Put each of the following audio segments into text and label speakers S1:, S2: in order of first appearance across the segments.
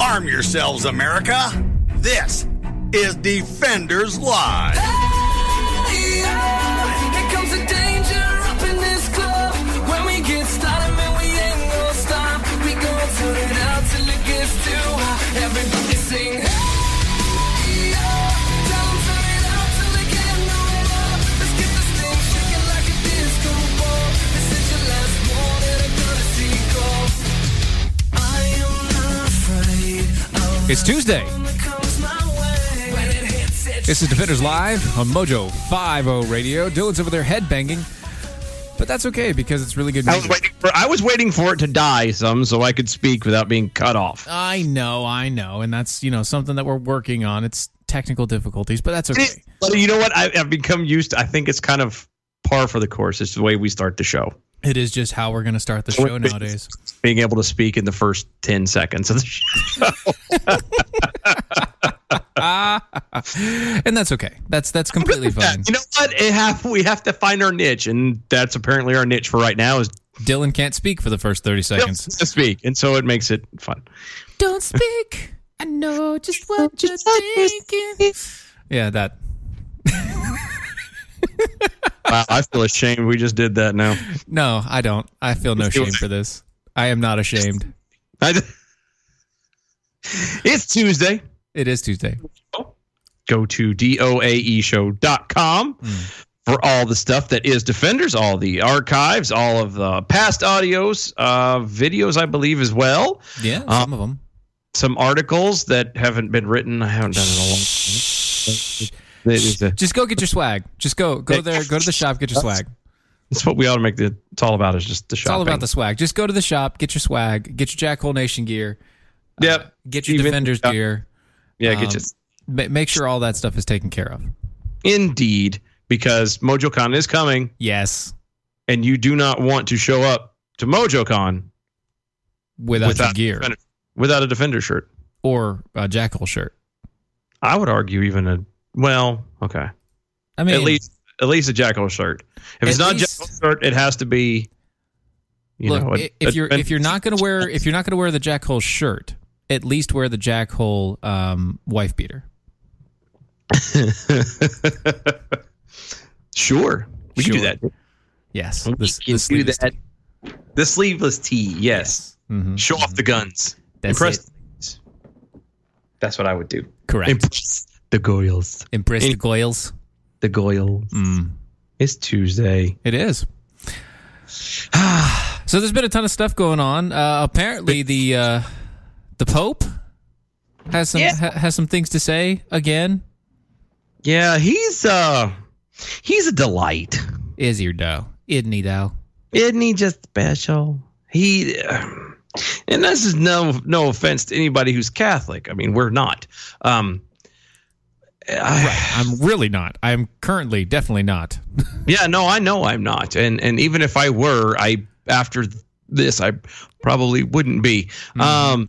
S1: Arm yourselves, America. This is Defenders Live.
S2: Here comes the danger up in this club. When we get started, man, we ain't gonna stop. We gon' turn it out till it gets too hot. Everybody sing. "Hey, yo." Tell 'em turn it out till they can't no more. Let's get this thing shaking like a disco ball. This is your last warning, they're gonna see gold. I am not afraid of
S3: It's Tuesday.
S2: what comes my way. When it hits, it's
S3: This is Defenders Live on Mojo 50 Radio. Dylan's over there headbanging, but that's okay because it's really good
S4: I was
S3: music.
S4: waiting for I was waiting for it to die some so I could speak without being cut off.
S3: I know, I know, and that's you know something that we're working on. It's technical difficulties, but that's okay.
S4: But you know what? I, I've become used. to I think it's kind of par for the course. It's the way we start the show.
S3: It is just how we're going to start the show nowadays.
S4: Being able to speak in the first ten seconds of the show.
S3: and that's okay. That's that's completely fine.
S4: you know what? It have, we have to find our niche, and that's apparently our niche for right now is
S3: Dylan can't speak for the first 30 seconds.
S4: to speak, and so it makes it fun.
S3: Don't speak. I know just what you're thinking. Yeah, that.
S4: Wow, I feel ashamed. We just did that now.
S3: No, I don't. I feel no shame for this. I am not ashamed.
S4: I just- it's Tuesday.
S3: It is Tuesday.
S4: go to E doaeshow.com
S3: Hmm.
S4: for all the stuff that is defenders all the archives all of the past audios uh, videos i believe as well
S3: Yeah, some of them.
S4: some articles that haven't been written i haven't done it in a long time It is a-
S3: Just go get your swag. Just go go there. Go to the shop. Get your swag.
S4: that's what we ought to make the, it's all about is just the
S3: It's all
S4: shopping.
S3: about the swag. Just go to the shop. Get your swag. Get your Jackhole Nation gear.
S4: Yep.
S3: Get your
S4: Even-
S3: Defenders
S4: yeah.
S3: gear.
S4: Yeah, get
S3: Um,
S4: your,
S3: Ma- make sure all that stuff is taken care of.
S4: indeed, because MojoCon is coming,
S3: Yes,
S4: and you do not want to show up to MojoCon
S3: without,
S4: without
S3: your gear
S4: defender- without a defender shirt.
S3: or a Jackhole shirt.
S4: I would argue even a well, okay.
S3: I mean,
S4: at least at least a Jackal shirt. If it's
S3: At
S4: not a
S3: least-
S4: Jackal shirt, it has to be. You
S3: look
S4: know, a-
S3: i- if
S4: a-
S3: you're if you're not gonna wear if you're not gonna wear the Jackhole shirt, at least wear the Jackhole um, wife beater.
S4: sure, we can do
S3: Sure.
S4: that. We
S3: Yes,
S4: can do that. The sleeveless tee, yes.
S3: Mm-hmm.
S4: Show off the guns.
S3: That's
S4: Impress.
S3: it.
S4: the ladies. That's what I would do.
S3: Correct.
S4: Impress the Goyles.
S3: Impress the
S4: Any-
S3: Goyles. Mm.
S4: The Goyles. It's Tuesday.
S3: It is. so there's been a ton of stuff going on. Uh, apparently, the uh, the Pope has some ha- has some things to say again.
S4: Yeah, he's uh, he's a delight.
S3: Is he though? Isn't he though?
S4: isn't he just special? He, and this is no no offense to anybody who's Catholic. I mean, we're not. Um, I,
S3: I'm really not. I'm currently definitely not.
S4: Yeah, no, I know I'm not, and and even if I were, I after this, I probably wouldn't be. Um,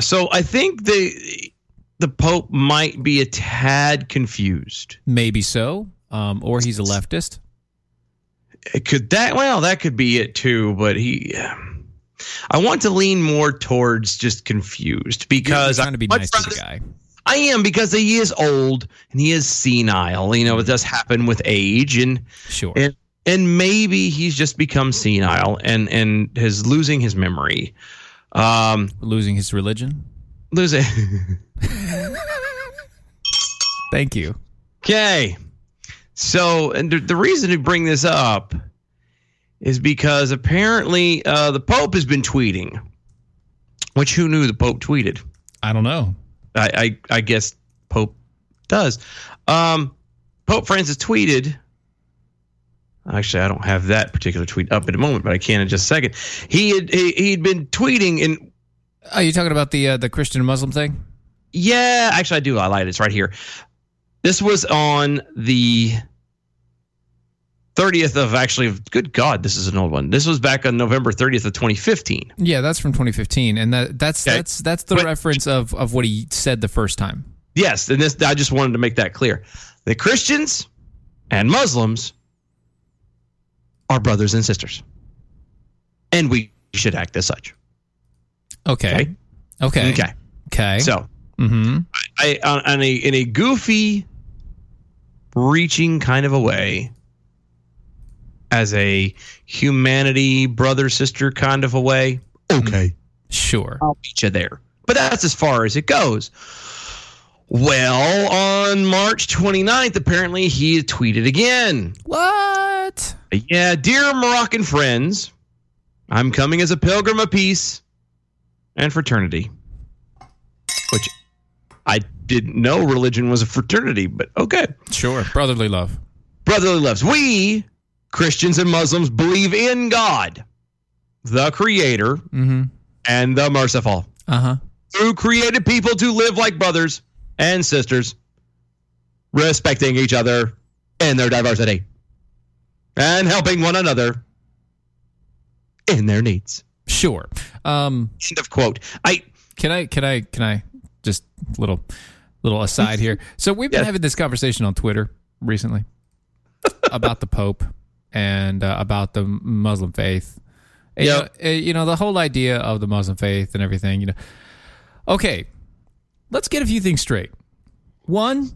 S4: so I think the the Pope might be a tad confused.
S3: Maybe so. Um, or he's a leftist.
S4: It could that well that could be it too but he i want to lean more towards just confused because
S3: You're trying to be
S4: I'd
S3: nice to
S4: rather-
S3: the guy.
S4: i am because he is old and he is senile you know
S3: Mm-hmm.
S4: it does happen with age and
S3: Sure.
S4: and and maybe he's just become senile and and is losing his memory um
S3: Losing his religion.
S4: losing
S3: Thank you.
S4: Okay. So, and the, the reason to bring this up is because apparently uh, the Pope has been tweeting, which who knew the Pope tweeted?
S3: I don't know.
S4: I, I, I guess Pope does. Um, Pope Francis tweeted, Actually, I don't have that particular tweet up at the moment, but I can in just a second. He had he, he'd been tweeting and
S3: Are you talking about the uh, the Christian and Muslim thing?
S4: yeah, actually, I do. I lied. It's right here. This was on the 30th of actually, good God, this is an old one. This was back on November 30th of 2015.
S3: Yeah, that's from 2015, and that that's
S4: Okay.
S3: that's that's the
S4: But-
S3: reference of of what he said the first time.
S4: Yes, and this I just wanted to make that clear. The Christians and Muslims are brothers and sisters, and we should act as such.
S3: Okay. Okay.
S4: Okay.
S3: Okay.
S4: So,
S3: hmm
S4: I on, on a in a goofy, reaching kind of a way, as a humanity brother sister kind of a way. Okay,
S3: sure.
S4: I'll meet you there. But that's as far as it goes. Well, on March 29th, apparently he tweeted again.
S3: What?
S4: Yeah, dear Moroccan friends, I'm coming as a pilgrim of peace and fraternity, which I didn't know religion was a fraternity, but okay.
S3: Sure. Brotherly love.
S4: Brotherly loves. We, Christians and Muslims, believe in God, the Creator,
S3: Mm-hmm.
S4: and the Merciful,
S3: Uh huh.
S4: who created people to live like brothers and sisters, respecting each other in their diversity and helping one another in their needs.
S3: Sure. Um,
S4: End of quote. I
S3: can I? Can I? Can I? Just little, little aside here. So we've been
S4: Yes.
S3: having this conversation on Twitter recently about the Pope and uh, about the Muslim faith. And, you
S4: Yep.
S3: know, uh, you know the whole idea of the Muslim faith and everything. You know. Okay, let's get a few things straight. One,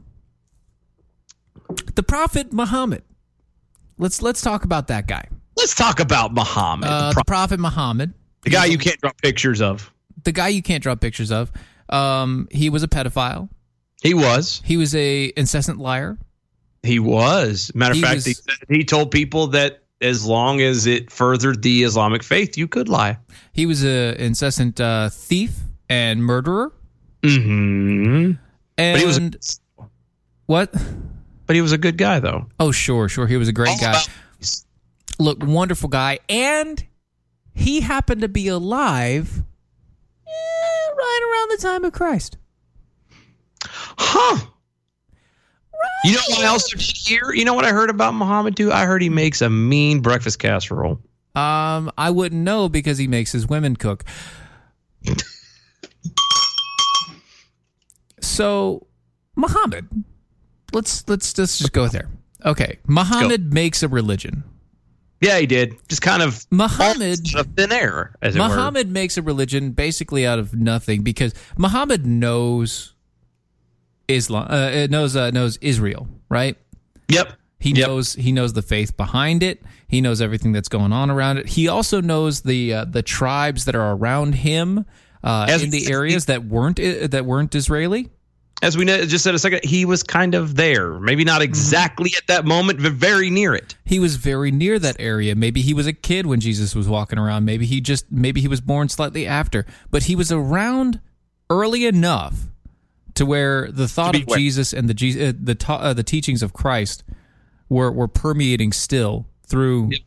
S3: the Prophet Muhammad. Let's let's talk about that guy.
S4: let's talk about Muhammad,
S3: Uh,
S4: the, pro-
S3: the Prophet Muhammad,
S4: the guy you can't draw pictures of.
S3: the guy you can't draw pictures of. Um, he was a pedophile.
S4: He was.
S3: He was a incessant liar.
S4: He was. Matter of
S3: He
S4: fact,
S3: was-
S4: he, said- he told people that as long as it furthered the Islamic faith, you could lie.
S3: He was a incessant uh, thief and murderer.
S4: Mm-hmm.
S3: And
S4: But he was.
S3: what?
S4: But he was a good guy, though.
S3: Oh, sure, sure. He was a great
S4: All
S3: guy.
S4: about-
S3: Look, wonderful guy, and he happened to be alive eh, right around the time of Christ.
S4: Huh. You know what else I did hear? You know what I heard about Muhammad too? I heard he makes a mean breakfast casserole.
S3: Um, I wouldn't know because he makes his women cook. so, Muhammad, let's let's let's just go there. Okay, Muhammad makes a religion.
S4: Yeah, he did. Just kind of
S3: Muhammad-
S4: almost out of thin air, as it were.
S3: Muhammad makes a religion basically out of nothing because Muhammad knows Islam, uh, uh, knows uh, knows Israel, right?
S4: Yep.
S3: He
S4: Yep.
S3: knows he knows the faith behind it. He knows everything that's going on around it. He also knows the uh, the tribes that are around him uh,
S4: As-
S3: in the areas that weren't uh, that weren't Israeli.
S4: As we kn- just said a second, he was kind of there. Maybe not
S3: Mm-hmm.
S4: exactly at that moment, but very near it.
S3: He was very near that area. Maybe he was a kid when Jesus was walking around. Maybe he just maybe he was born slightly after, but he was around early enough to where the thought
S4: be
S3: of
S4: aware.
S3: Jesus and the Je- uh, the ta- uh, the teachings of Christ were were permeating still through
S4: Yep.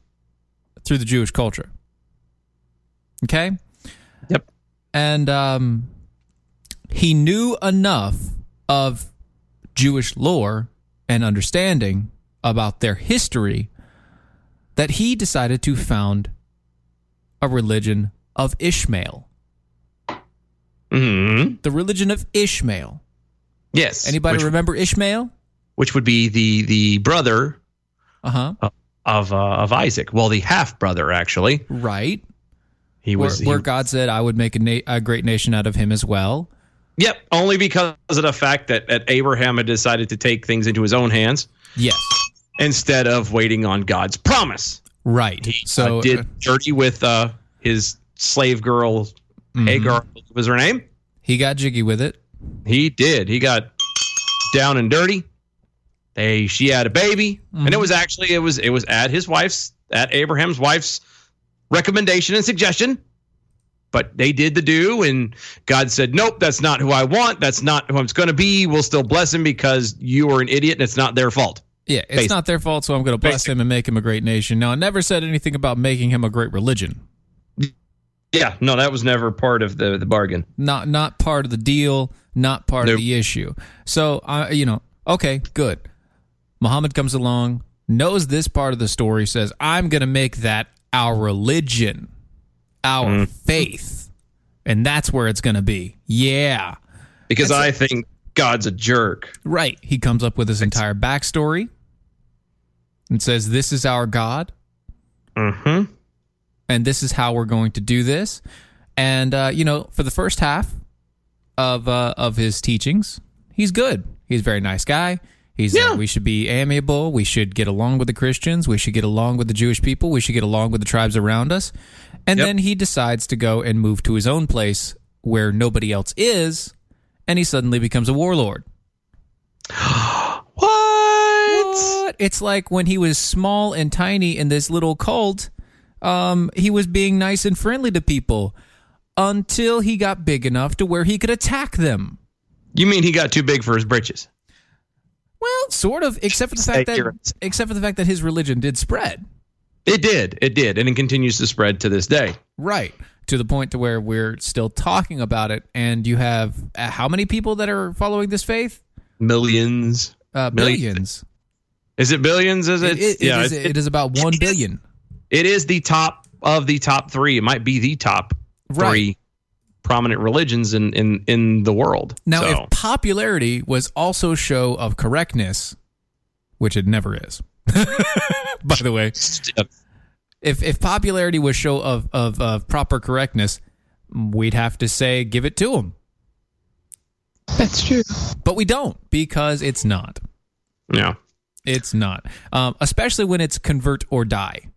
S3: through the Jewish culture. Okay?
S4: Yep.
S3: and um, he knew enough of Jewish lore and understanding about their history that he decided to found a religion of Ishmael.
S4: hmm
S3: The religion of Ishmael.
S4: Yes.
S3: Mm-hmm. Anybody
S4: which,
S3: remember Ishmael?
S4: which would be the the brother
S3: Uh huh.
S4: of uh, of Isaac. Well, the half brother actually.
S3: Right.
S4: He
S3: Where,
S4: was. he-
S3: where God said, "I would make a, na- a great nation out of him as well."
S4: yep. Only because of the fact that, that Abraham had decided to take things into his own hands
S3: Yes.
S4: instead of waiting on God's promise.
S3: Right.
S4: He uh,
S3: so
S4: did dirty with uh, his slave girl Hagar. Was her name?
S3: mm-hmm. he got jiggy with it.
S4: He did. He got down and dirty. They she had a baby, and it was actually it was it was at his wife's at Abraham's wife's recommendation and suggestion. But they did the do, and God said, "Nope, that's not who I want. That's not who I'm going to be. We'll still bless him because you are an idiot, and it's not their fault."
S3: Yeah, it's
S4: Basic.
S3: not their fault, so I'm going to bless
S4: Basic.
S3: him and make him a great nation. Now, I never said anything about making him a great religion.
S4: Yeah, no, that was never part of the, the bargain.
S3: Not not part of the deal, not part
S4: Nope.
S3: of the issue. So, I you know, okay, good. Muhammad comes along, knows this part of the story, says, "I'm going to make that our religion, our faith." And that's where it's going to be. Yeah.
S4: Because I think God's a jerk.
S3: Right. He comes up with his entire backstory and says, This is our God. Mm hmm. And this is how we're going to do this. And, uh, you know, for the first half of, uh, of his teachings, he's good. He's a very nice guy. He's like, we should be amiable. We should get along with the Christians. We should get along with the Jewish people. We should get along with the tribes around us. And then he decides to go and move to his own place where nobody else is. And he suddenly becomes a warlord.
S4: What?
S3: What? It's like when he was small and tiny in this little cult, um, he was being nice and friendly to people until he got big enough to where he could attack them.
S4: You mean he got too big for his britches?
S3: Well, sort of, except for the
S4: Say
S3: fact that
S4: you're-
S3: except for the fact that his religion did spread.
S4: It did. It did. And it continues to spread to this day.
S3: Right. To the point to where we're still talking about it and you have uh, how many people that are following this faith?
S4: Millions.
S3: Uh,
S4: Millions.
S3: billions.
S4: Is it billions? Is it?
S3: It- it-
S4: yeah,
S3: it, is,
S4: it-
S3: it is about 1 billion.
S4: it is the top of the top three. It might be the top
S3: Right.
S4: three prominent religions in in in the world.
S3: Now,
S4: So,
S3: if popularity was also show of correctness, which it never is, by the way,
S4: st-
S3: if if popularity was show of of, of proper correctness, we'd have to say give it to them. That's true, but we don't because it's not.
S4: yeah,
S3: It's not, um, especially when it's convert or die.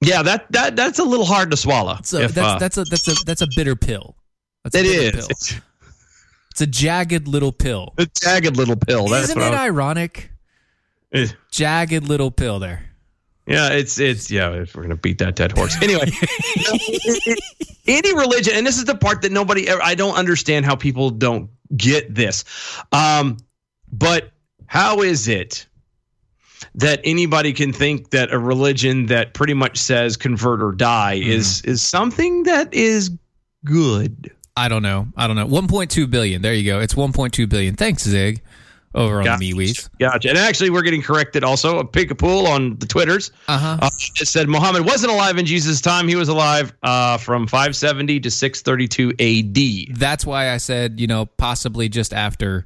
S4: yeah, that that that's a little hard to swallow.
S3: So
S4: if,
S3: that's
S4: uh,
S3: that's a that's a that's a bitter pill. That's a
S4: it
S3: bitter
S4: is.
S3: Pill. It's a jagged little pill.
S4: a jagged little pill. That's
S3: Isn't
S4: what
S3: it
S4: I
S3: ironic?
S4: was,
S3: Jagged little pill there.
S4: Yeah, it's it's yeah. We're gonna beat that dead horse anyway. any religion, and this is the part that nobody. ever- I don't understand how people don't get this. Um, but how is it that anybody can think that a religion that pretty much says convert or die is is something that is good?
S3: I don't know. I don't know. 1.2 billion. There you go. It's 1.2 billion. Thanks, Zig, over on
S4: Gotcha.
S3: the MeWe's.
S4: Gotcha. And actually, we're getting corrected also. A pick a pool on the Twitters.
S3: Uh-huh.
S4: Uh, it said Muhammad wasn't alive in Jesus' time. He was alive uh, from 570 to 632 AD.
S3: That's why I said, you know, possibly just after,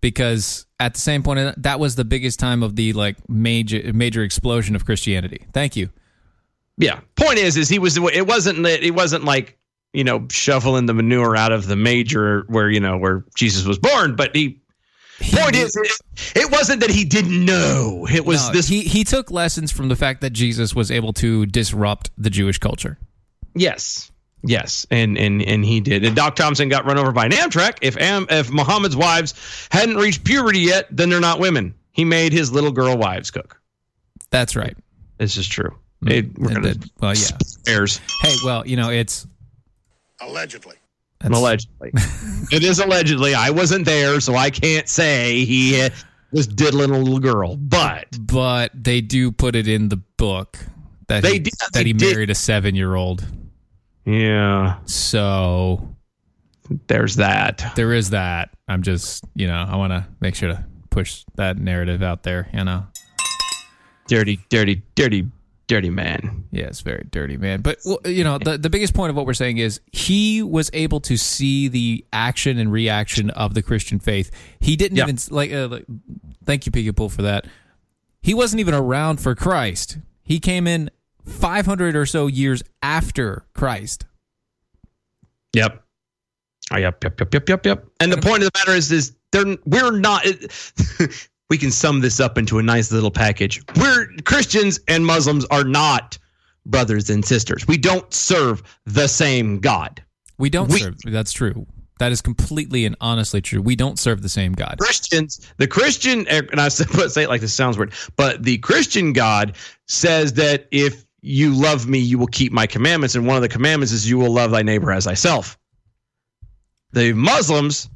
S3: because at the same point, that was the biggest time of the like major major explosion of Christianity. Thank you.
S4: Yeah. Point is, is he was. It wasn't. that- It wasn't like you know shoveling the manure out of the major where you know where Jesus was born. But he. Point is, it, it wasn't that he didn't know. It was
S3: No,
S4: this.
S3: Uh, he he took lessons from the fact that Jesus was able to disrupt the Jewish culture.
S4: yes. Yes, and, and and he did. And Doc Thompson got run over by an Amtrak. If Am, if Muhammad's wives hadn't reached puberty yet, then they're not women. He made his little girl wives cook.
S3: That's right.
S4: This is true. It, we're
S3: And
S4: gonna
S3: Mm. that- well, yeah.
S4: airs
S3: Hey, well, you know, it's
S1: Allegedly.
S3: that's-
S4: allegedly. it is allegedly. I wasn't there, so I can't say he uh, was diddling a little girl. But
S3: but they do put it in the book that
S4: They
S3: he,
S4: did-
S3: that he
S4: they did.
S3: married a seven year old.
S4: yeah,
S3: So
S4: there's that.
S3: there is that. I'm just, you know, I want to make sure to push that narrative out there, you know.
S4: Dirty, dirty, dirty, dirty man.
S3: Yeah, it's very dirty, man. But well, you know, the the biggest point of what we're saying is he was able to see the action and reaction of the Christian faith. He didn't
S4: Yeah.
S3: even like, uh, like. Thank you, Piggy Pool, for that. He wasn't even around for Christ. He came in 500 or so years after Christ.
S4: Yep. Oh, yep, yep, yep, yep, yep, yep. And the point of the matter is, is they're we're not. It, we can sum this up into a nice little package. We're Christians and Muslims are not brothers and sisters. We don't serve the same God.
S3: We don't
S4: We-
S3: serve. That's true. That is completely and honestly true. We don't serve the same God.
S4: Christians, the Christian, and I s- say it like this sounds weird, but the Christian God says that if you love me, you will keep my commandments. And one of the commandments is you will love thy neighbor as thyself. The Muslims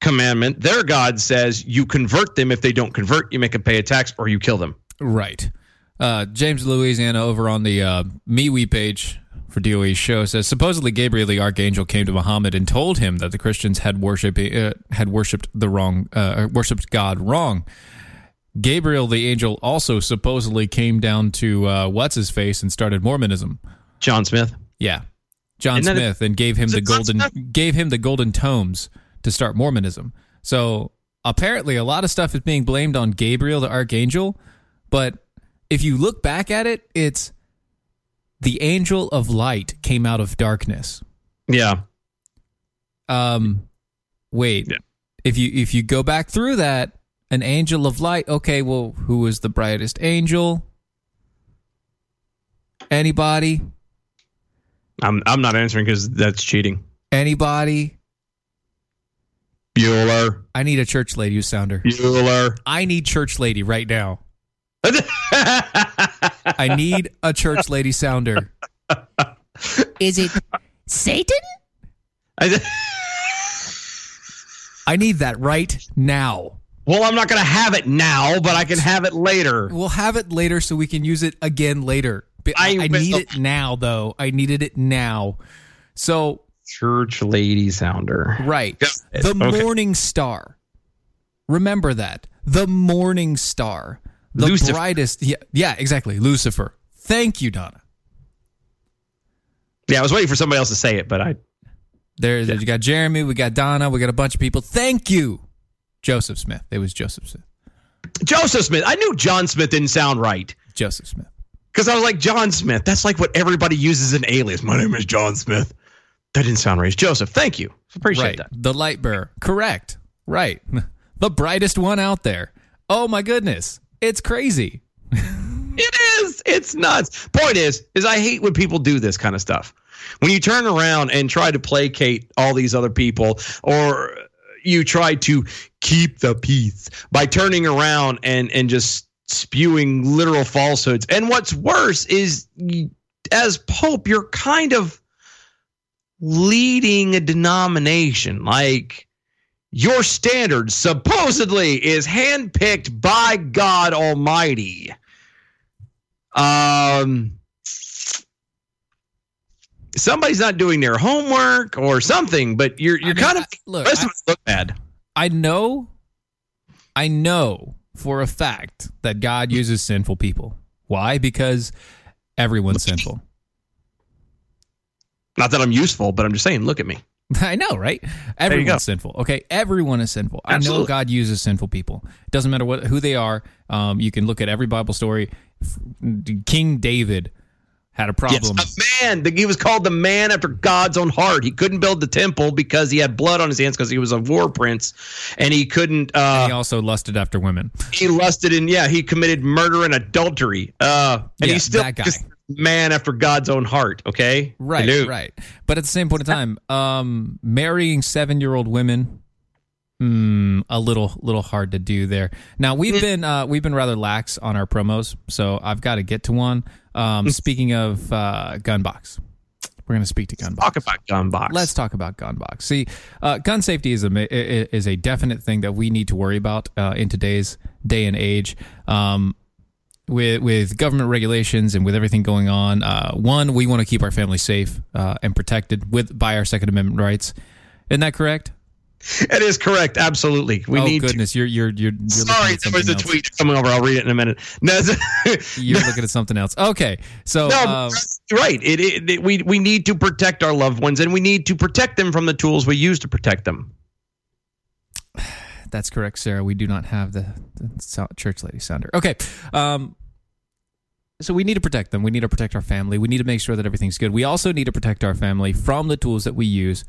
S4: commandment, their God says you convert them. If they don't convert, you make them pay a tax or you kill them.
S3: Right. Uh, James Louisiana over on the uh, MeWe page for DOE's show says supposedly Gabriel the archangel came to Muhammad and told him that the Christians had worship uh, had worshipped the wrong uh, worshipped God wrong. Gabriel the angel also supposedly came down to uh, what's his face and started Mormonism.
S4: John Smith.
S3: Yeah, John
S4: Isn't that a-
S3: Smith, and gave him
S4: Is
S3: the
S4: it John
S3: golden
S4: Smith?
S3: gave him the golden tomes to start Mormonism. So apparently, a lot of stuff is being blamed on Gabriel the archangel, but if you look back at it, it's the angel of light came out of darkness.
S4: Yeah.
S3: Um, wait,
S4: Yeah.
S3: if you if you go back through that, an angel of light. Okay, well, who was the brightest angel? Anybody?
S4: I'm, I'm not answering because that's cheating.
S3: Anybody?
S4: Bueller.
S3: I need a church lady who's sounder.
S4: Bueller.
S3: I need church lady right now. I need a church lady sounder.
S5: Is it Satan?
S3: I need that right now.
S4: well, I'm not going to have it now, but I can have it later.
S3: We'll have it later so we can use it again later. But I,
S4: I
S3: I need
S4: will.
S3: it now, though. I needed it now. So,
S4: Church lady sounder.
S3: right.
S4: Got
S3: The
S4: it. Okay.
S3: morning star. Remember that. The morning star. The
S4: Lucifer.
S3: brightest. Yeah, yeah, exactly. Lucifer. Thank you, Donna.
S4: Yeah, I was waiting for somebody else to say it, but I.
S3: There, you got Jeremy. We got Donna. We got a bunch of people. Thank you, Joseph Smith. It was Joseph Smith.
S4: Joseph Smith. I knew John Smith didn't sound right
S3: Joseph Smith.
S4: because I was like, John Smith. That's like what everybody uses an alias. My name is John Smith. That didn't sound right. It's Joseph. Thank you. Appreciate
S3: right. The light bearer. Correct. Right. The brightest one out there. Oh my goodness. It's crazy.
S4: that. It is. It's nuts. Point is, is I hate when people do this kind of stuff. When you turn around and try to placate all these other people or you try to keep the peace by turning around and and just spewing literal falsehoods. And what's worse is you- as pope you're kind of leading a denomination like your standard supposedly is handpicked by God Almighty. Um somebody's not doing their homework or something, but you're you're
S3: I mean,
S4: kind of
S3: I- look,
S4: rest
S3: I-
S4: of us look bad.
S3: I know I know for a fact that God uses sinful people. Why? Because everyone's sinful.
S4: Not that I'm useful, but I'm just saying, look at me.
S3: I know, right?
S4: you go.
S3: Everyone's sinful. Okay, everyone is sinful. I know
S4: Absolutely.
S3: God uses sinful people. It doesn't matter what who they are. Um, you can look at every Bible story. F- King David had a problem.
S4: Yes, a man. The- He was called the man after God's own heart. He couldn't build the temple because he had blood on his hands because he was a war prince, and he couldn't. Uh,
S3: He also lusted after women.
S4: he lusted and yeah, he committed murder and adultery. Uh, and
S3: Yeah,
S4: he's still
S3: that guy.
S4: just a man after God's own heart. Okay,
S3: Right,
S4: Hello.
S3: right. But at the same point in time, um, marrying seven-year-old women, hmm, a little, little hard to do there. Now we've been, uh, we've been rather lax on our promos, so I've got to get to one. Um, speaking of uh, Gunbox, we're going to speak to Gunbox.
S4: Talk about gun box.
S3: Let's talk about gun box. See, uh, gun safety is a ma- i- i- is a definite thing that we need to worry about uh, in today's day and age. Um, with with government regulations and with everything going on, uh, one we want to keep our families safe uh, and protected with by our Second Amendment rights. Isn't that correct?
S4: It is correct. Absolutely, we
S3: oh
S4: need. To,
S3: goodness, you're you're you're, you're
S4: sorry,
S3: looking at
S4: there was
S3: something
S4: a
S3: else.
S4: tweet coming over. I'll read it in a minute. No, it's-
S3: You're looking at something else. Okay, so
S4: No,
S3: uh,
S4: right. It, it, it- we we need to protect our loved ones, and we need to protect them from the tools we use to protect them.
S3: That's correct, Sarah. We do not have the, the sou- church lady sounder. Okay. Um, so we need to protect them. We need to protect our family. We need to make sure that everything's good. We also need to protect our family from the tools that we use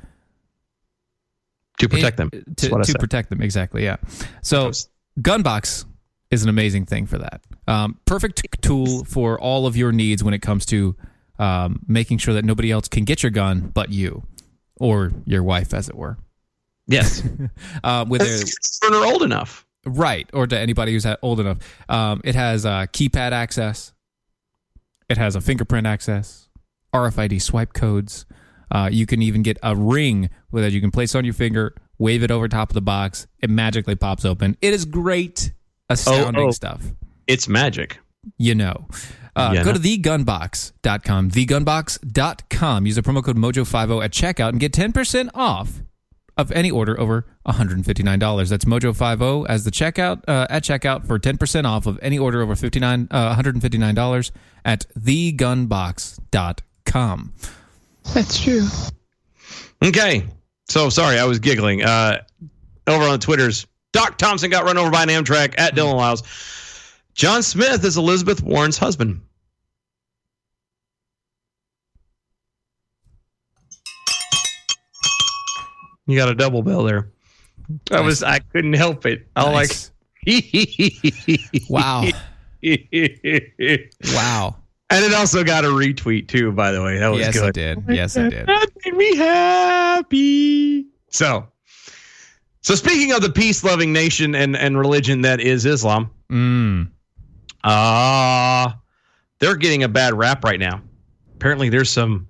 S4: To protect them.
S3: in- uh,
S4: That's
S3: To,
S4: what I
S3: to
S4: said.
S3: protect them, exactly. Yeah. So Gunbox is an amazing thing for that. Um, perfect tool for all of your needs when it comes to um, making sure that nobody else can get your gun but you or your wife, as it were.
S4: yes,
S3: Uh, with their,
S4: children are old enough.
S3: Right, or to anybody who's ha- old enough. Um, it has uh, keypad access. It has a fingerprint access, RFID swipe codes. Uh, you can even get a ring that you can place on your finger wave it over top of the box, it magically pops open. It is great, astounding
S4: Oh, oh.
S3: stuff.
S4: It's magic.
S3: You know. Uh,
S4: Yeah,
S3: go
S4: no.
S3: to thegunbox.com, thegunbox.com. Use the promo code MOJO50 at checkout and get 10% off of any order over $159. That's MOJO50 as the checkout uh, at checkout for 10% off of any order over 59 uh, $159 at thegunbox.com.
S4: Okay. So sorry, I was giggling. Uh, over on Twitter's, Doc Thompson got run over by an Amtrak at Dylan Lyles. John Smith is Elizabeth Warren's husband. You got a double bill there. I was I couldn't help it. I
S3: Nice.
S4: like
S3: Wow.
S4: and
S3: wow.
S4: it also got a retweet too, by the way. That was
S3: Yes,
S4: good.
S3: I did. Yes, I did.
S4: That made me happy. So, so speaking of the peace-loving nation and and religion that is Islam,
S3: Mm.
S4: ah, they're getting a bad rap right now. Apparently, there's some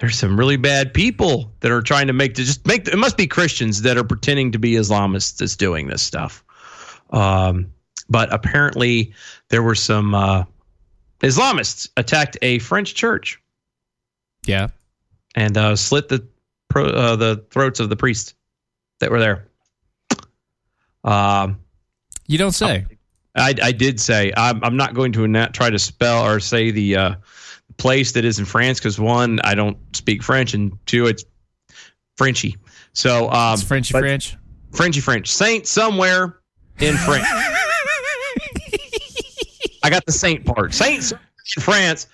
S4: there's some really bad people that are trying to make to just make. It must be Christians that are pretending to be Islamists that's doing this stuff. Um, but apparently, there were some uh, Islamists attacked a French church
S3: Yeah.
S4: and uh, slit the pro, uh, the throats of the priests that were there. Um,
S3: You don't say.
S4: I, I did say I'm, I'm not going to not try to spell or say the uh, place that is in France because one, I don't speak French, and two, it's Frenchy. So um,
S3: It's Frenchy
S4: but-
S3: French.
S4: Frenchy French saint somewhere in France. I got the saint part. Saints in France.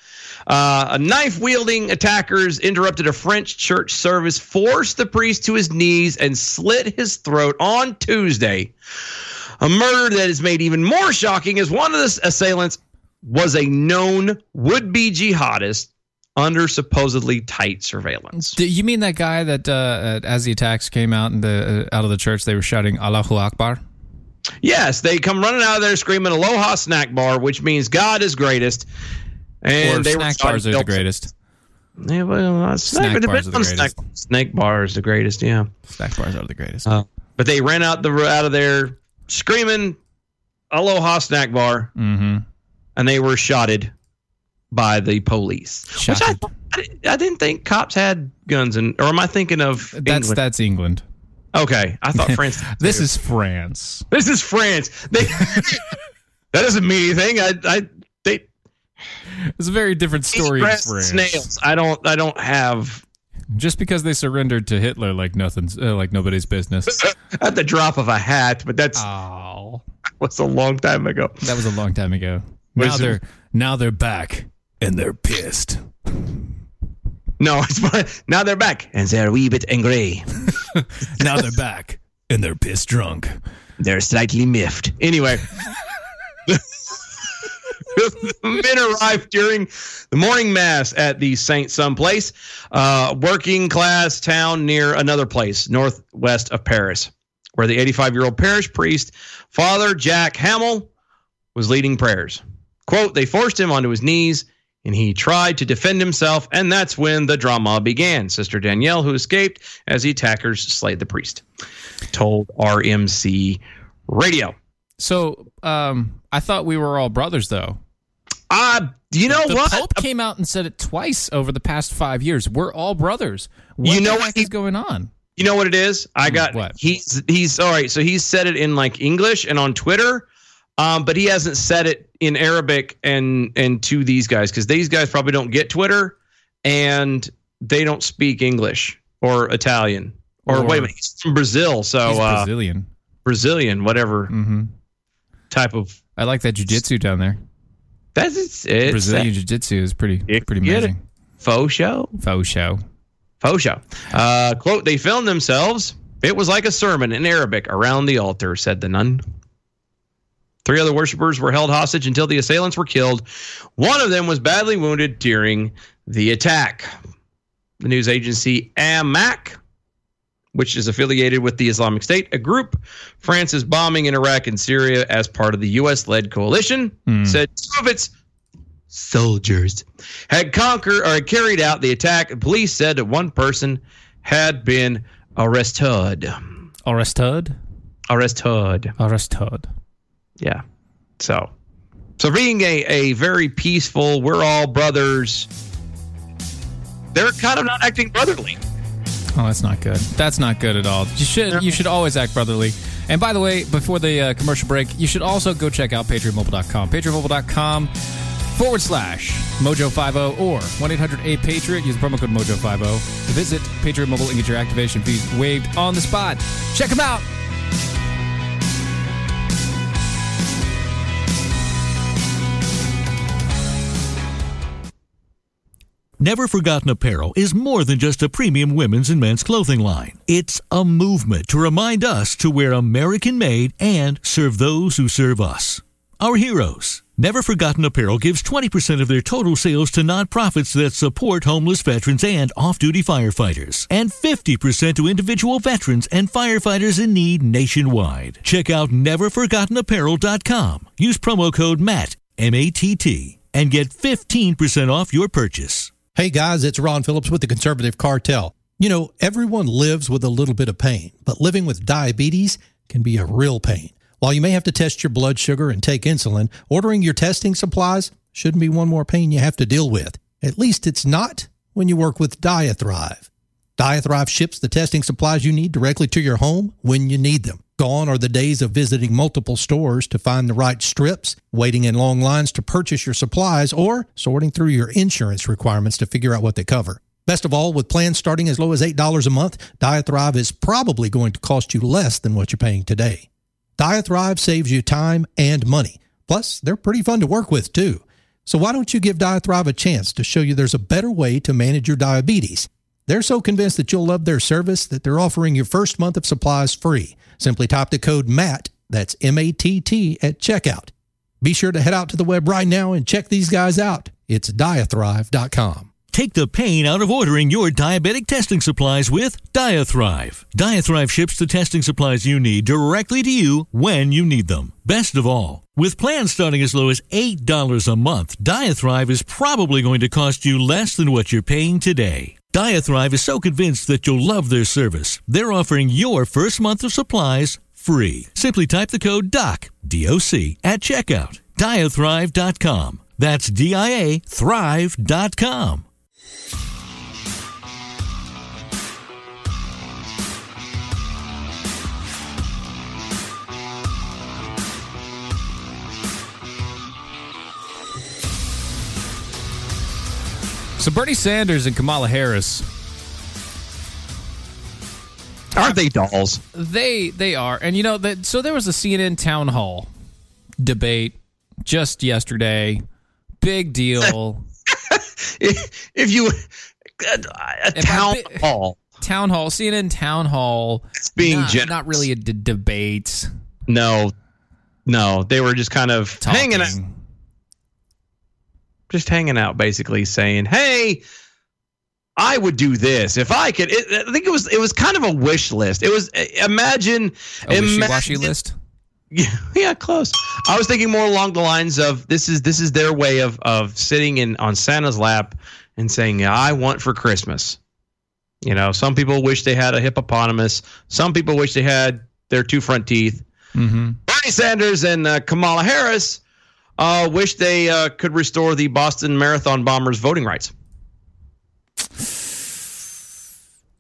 S4: Uh, a knife wielding attackers interrupted a French church service, forced the priest to his knees, and slit his throat on Tuesday. A murder that is made even more shocking as one of the assailants was a known would be jihadist under supposedly tight surveillance.
S3: Do you mean that guy that uh, uh, as the attacks came out in the uh, out of the church, they were shouting Allahu Akbar?
S4: Yes, they come running out of there screaming "Aloha Snack Bar," which means God is greatest. And
S3: or
S4: they
S3: snack
S4: were
S3: bars are the
S4: shouting-
S3: greatest.
S4: Yeah, well, uh, snack,
S3: Snack
S4: it
S3: bars
S4: depends
S3: are the
S4: on snack-
S3: greatest.
S4: snack bar is the greatest. Yeah,
S3: Snack bars are the greatest.
S4: Uh, but they ran out the out of there screaming "Aloha Snack Bar,"
S3: mm-hmm.
S4: and they were shotted by the police.
S3: Shotted.
S4: Which I, I, didn't- I didn't think cops had guns, and or am I thinking of
S3: That's
S4: England?
S3: that's England.
S4: Okay, I thought France.
S3: This is France.
S4: This is France. They, that doesn't mean anything. I, I they
S3: It's a very different story in
S4: grass and
S3: France.
S4: snails. I don't. I don't have
S3: Just because they surrendered to Hitler like nothing's uh, like nobody's business.
S4: at the drop of a hat, but that's
S3: oh,
S4: was a long time ago.
S3: that was a long time ago. Now
S4: Was it-
S3: they're now they're back and they're pissed.
S4: No, it's fine. now they're back and they're a wee bit angry.
S3: Now they're back and they're pissed drunk.
S4: They're slightly miffed. Anyway. the men arrived during the morning mass at the Saint someplace, uh, working class town near another place, northwest of Paris, where the 85 year old parish priest, Father Jack Hamill, was leading prayers. Quote, they forced him onto his knees and he tried to defend himself, and that's when the drama began. Sister Danielle, who escaped as the attackers slayed the priest, told RMC Radio.
S3: So um, I thought we were all brothers though.
S4: Uh, you know
S3: The
S4: what?
S3: Pope came out and said it twice over the past five years. We're all brothers. What
S4: You know
S3: the
S4: what
S3: heck
S4: he-
S3: is going on?
S4: You know what it is? I got
S3: Hmm, what?
S4: he's he's all right. So he's said it in like English and on Twitter, um, but he hasn't said it in Arabic and and to these guys because these guys probably don't get Twitter and they don't speak English or Italian or,
S3: Or-
S4: wait a minute, he's from Brazil, so
S3: He's
S4: uh,
S3: Brazilian.
S4: Brazilian, whatever
S3: hmm
S4: type of
S3: I like that jujitsu down there.
S4: that's it's, it's
S3: Brazilian jiu-jitsu is pretty
S4: It-
S3: pretty
S4: get it.
S3: amazing.
S4: faux show.
S3: Faux show.
S4: Faux show. Uh, quote, they filmed themselves. It was like a sermon in Arabic around the altar, said the nun. Three other worshippers were held hostage until the assailants were killed. One of them was badly wounded during the attack. The news agency AMAC, which is affiliated with the Islamic State, a group France is bombing in Iraq and Syria as part of the U.S. led coalition, said two of its soldiers had conquered or had carried out the attack. Police said that one person had been arrested.
S3: Arrested.
S4: Arrested.
S3: Arrested.
S4: Yeah. So, so being a, a very peaceful, we're all brothers. They're kind of not acting brotherly.
S3: Oh, that's not good. That's not good at all. You should you should always act brotherly. And by the way, before the uh, commercial break, you should also go check out patriotmobile.com. Patriotmobile.com forward slash mojo50 or 1-800-8-PATRIOT. Use the promo code mojo50 to visit Patriot Mobile and get your activation fees waived on the spot. Check them out.
S6: Never Forgotten Apparel is more than just a premium women's and men's clothing line. It's a movement to remind us to wear American made and serve those who serve us. Our heroes. Never Forgotten Apparel gives 20% of their total sales to nonprofits that support homeless veterans and off duty firefighters, and 50% to individual veterans and firefighters in need nationwide. Check out neverforgottenapparel.com. Use promo code MATT, M A T T, and get 15% off your purchase.
S7: Hey guys, it's Ron Phillips with the Conservative Cartel. You know, everyone lives with a little bit of pain, but living with diabetes can be a real pain. While you may have to test your blood sugar and take insulin, ordering your testing supplies shouldn't be one more pain you have to deal with. At least it's not when you work with Diathrive. Diathrive ships the testing supplies you need directly to your home when you need them. Gone are the days of visiting multiple stores to find the right strips, waiting in long lines to purchase your supplies, or sorting through your insurance requirements to figure out what they cover. Best of all, with plans starting as low as $8 a month, Diathrive is probably going to cost you less than what you're paying today. Diathrive saves you time and money. Plus, they're pretty fun to work with, too. So why don't you give Diathrive a chance to show you there's a better way to manage your diabetes? They're so convinced that you'll love their service that they're offering your first month of supplies free. Simply type the code MATT, that's M A T T, at checkout. Be sure to head out to the web right now and check these guys out. It's diathrive.com.
S6: Take the pain out of ordering your diabetic testing supplies with Diathrive. Diathrive ships the testing supplies you need directly to you when you need them. Best of all, with plans starting as low as $8 a month, Diathrive is probably going to cost you less than what you're paying today. Diathrive is so convinced that you'll love their service, they're offering your first month of supplies free. Simply type the code DOC, D-O-C, at checkout. Diathrive.com. That's D-I-A thrive.com.
S3: So Bernie Sanders and Kamala Harris,
S4: Aren't they dolls?
S3: they they are, and you know that. So there was a CNN town hall debate just yesterday. Big deal.
S4: If, if you a, a
S3: I
S4: town
S3: bi-
S4: hall
S3: town hall, CNN town hall.
S4: it's being
S3: not,
S4: generous.
S3: not really a d- debate.
S4: No, no, they were just kind of hanging out,
S3: talking.
S4: just hanging out, basically saying, "Hey, I would do this if I could." It, I think it was it was kind of a wish list. It was imagine
S3: A wishy-washy
S4: imagine-
S3: list.
S4: Yeah, yeah, close. I was thinking more along the lines of this is this is their way of of sitting in on Santa's lap and saying, "I want for Christmas." You know, some people wish they had a hippopotamus. Some people wish they had their two front teeth.
S3: Mm-hmm.
S4: Bernie Sanders and uh, Kamala Harris uh, wish they uh, could restore the Boston Marathon bombers' voting rights.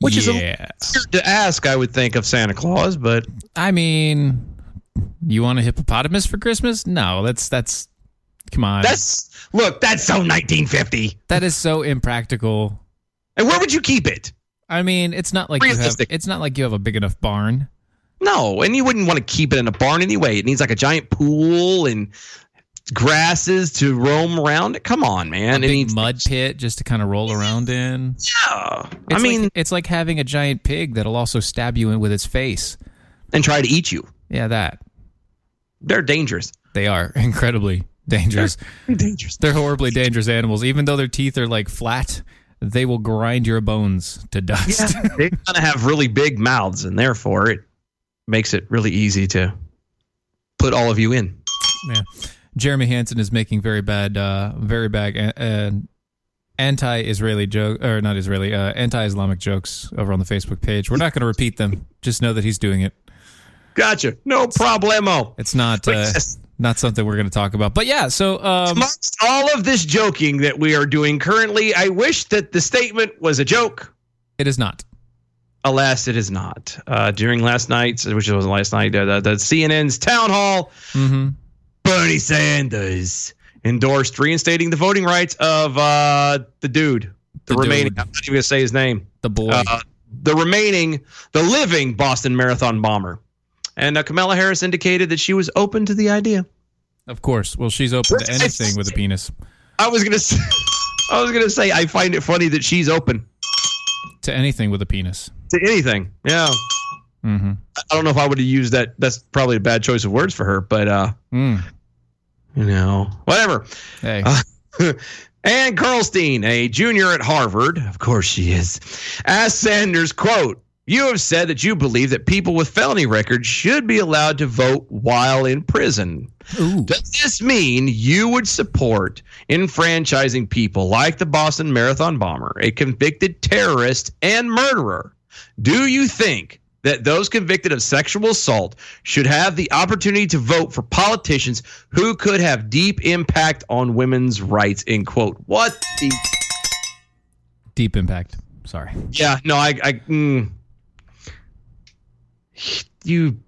S4: Which is a-
S3: yeah.
S4: Weird to ask, I would think, of Santa Claus, but
S3: I mean, you want a hippopotamus for Christmas? No, that's that's. Come on,
S4: that's look, that's so 1950.
S3: that is so impractical.
S4: And where would you keep it?
S3: I mean, it's not like you have,
S4: Realistic.
S3: it's not like you have a big enough barn.
S4: No, and you wouldn't want to keep it in a barn anyway. It needs like a giant pool and grasses to roam around. Come on, man. It
S3: big
S4: needs
S3: mud pit just to kind of roll around in. It's
S4: Yeah. I
S3: like-
S4: mean,
S3: it's like having a giant pig that'll also stab you in with its face.
S4: and try to eat you.
S3: Yeah, that
S4: They're dangerous.
S3: they are incredibly dangerous.
S4: Dangerous.
S3: They're horribly dangerous animals. Even though their teeth are like flat, they will grind your bones to
S4: Yeah,
S3: dust.
S4: they kind of have really big mouths, and therefore it makes it really easy to put all of you in.
S3: Yeah. Jeremy Hansen is making very bad, uh, very bad, and anti-Israeli joke or not Israeli, uh, anti-Islamic jokes over on the Facebook page. We're not going to repeat them. Just know that he's doing it.
S4: Gotcha. No problemo.
S3: It's not uh,
S4: Yes.
S3: not something we're going to talk about. But yeah, so um,
S4: Amongst all of this joking that we are doing currently, I wish that the statement was a joke.
S3: it is not.
S4: Alas, it is not. Uh, during last night's, which wasn't last night, uh, the, the CNN's town hall,
S3: Mm-hmm.
S4: Bernie Sanders endorsed reinstating the voting rights of uh, the dude, the,
S3: The
S4: remaining.
S3: dude.
S4: I'm not even gonna say his name.
S3: The boy.
S4: Uh, the remaining, the living Boston Marathon bomber, and uh, Kamala Harris indicated that she was open to the idea.
S3: of course. Well, she's open to anything with a penis.
S4: I was gonna, say, I was gonna say, I find it funny that she's open
S3: To anything with a penis.
S4: to anything. Yeah.
S3: Mhm.
S4: I- I don't know if I would have used that. That's probably a bad choice of words for her, but uh,
S3: Mm.
S4: you know, whatever.
S3: Hey.
S4: Uh. Ann Carlstein, a junior at Harvard, of course she is, asked Sanders, quote, you have said that you believe that people with felony records should be allowed to vote while in prison. Does this mean you would support enfranchising people like the Boston Marathon bomber, a convicted terrorist and murderer? Do you think that those convicted of sexual assault should have the opportunity to vote for politicians who could have deep impact on women's rights? End quote. What the?
S3: Deep impact. Sorry.
S4: Yeah, no, I, I, mm, you.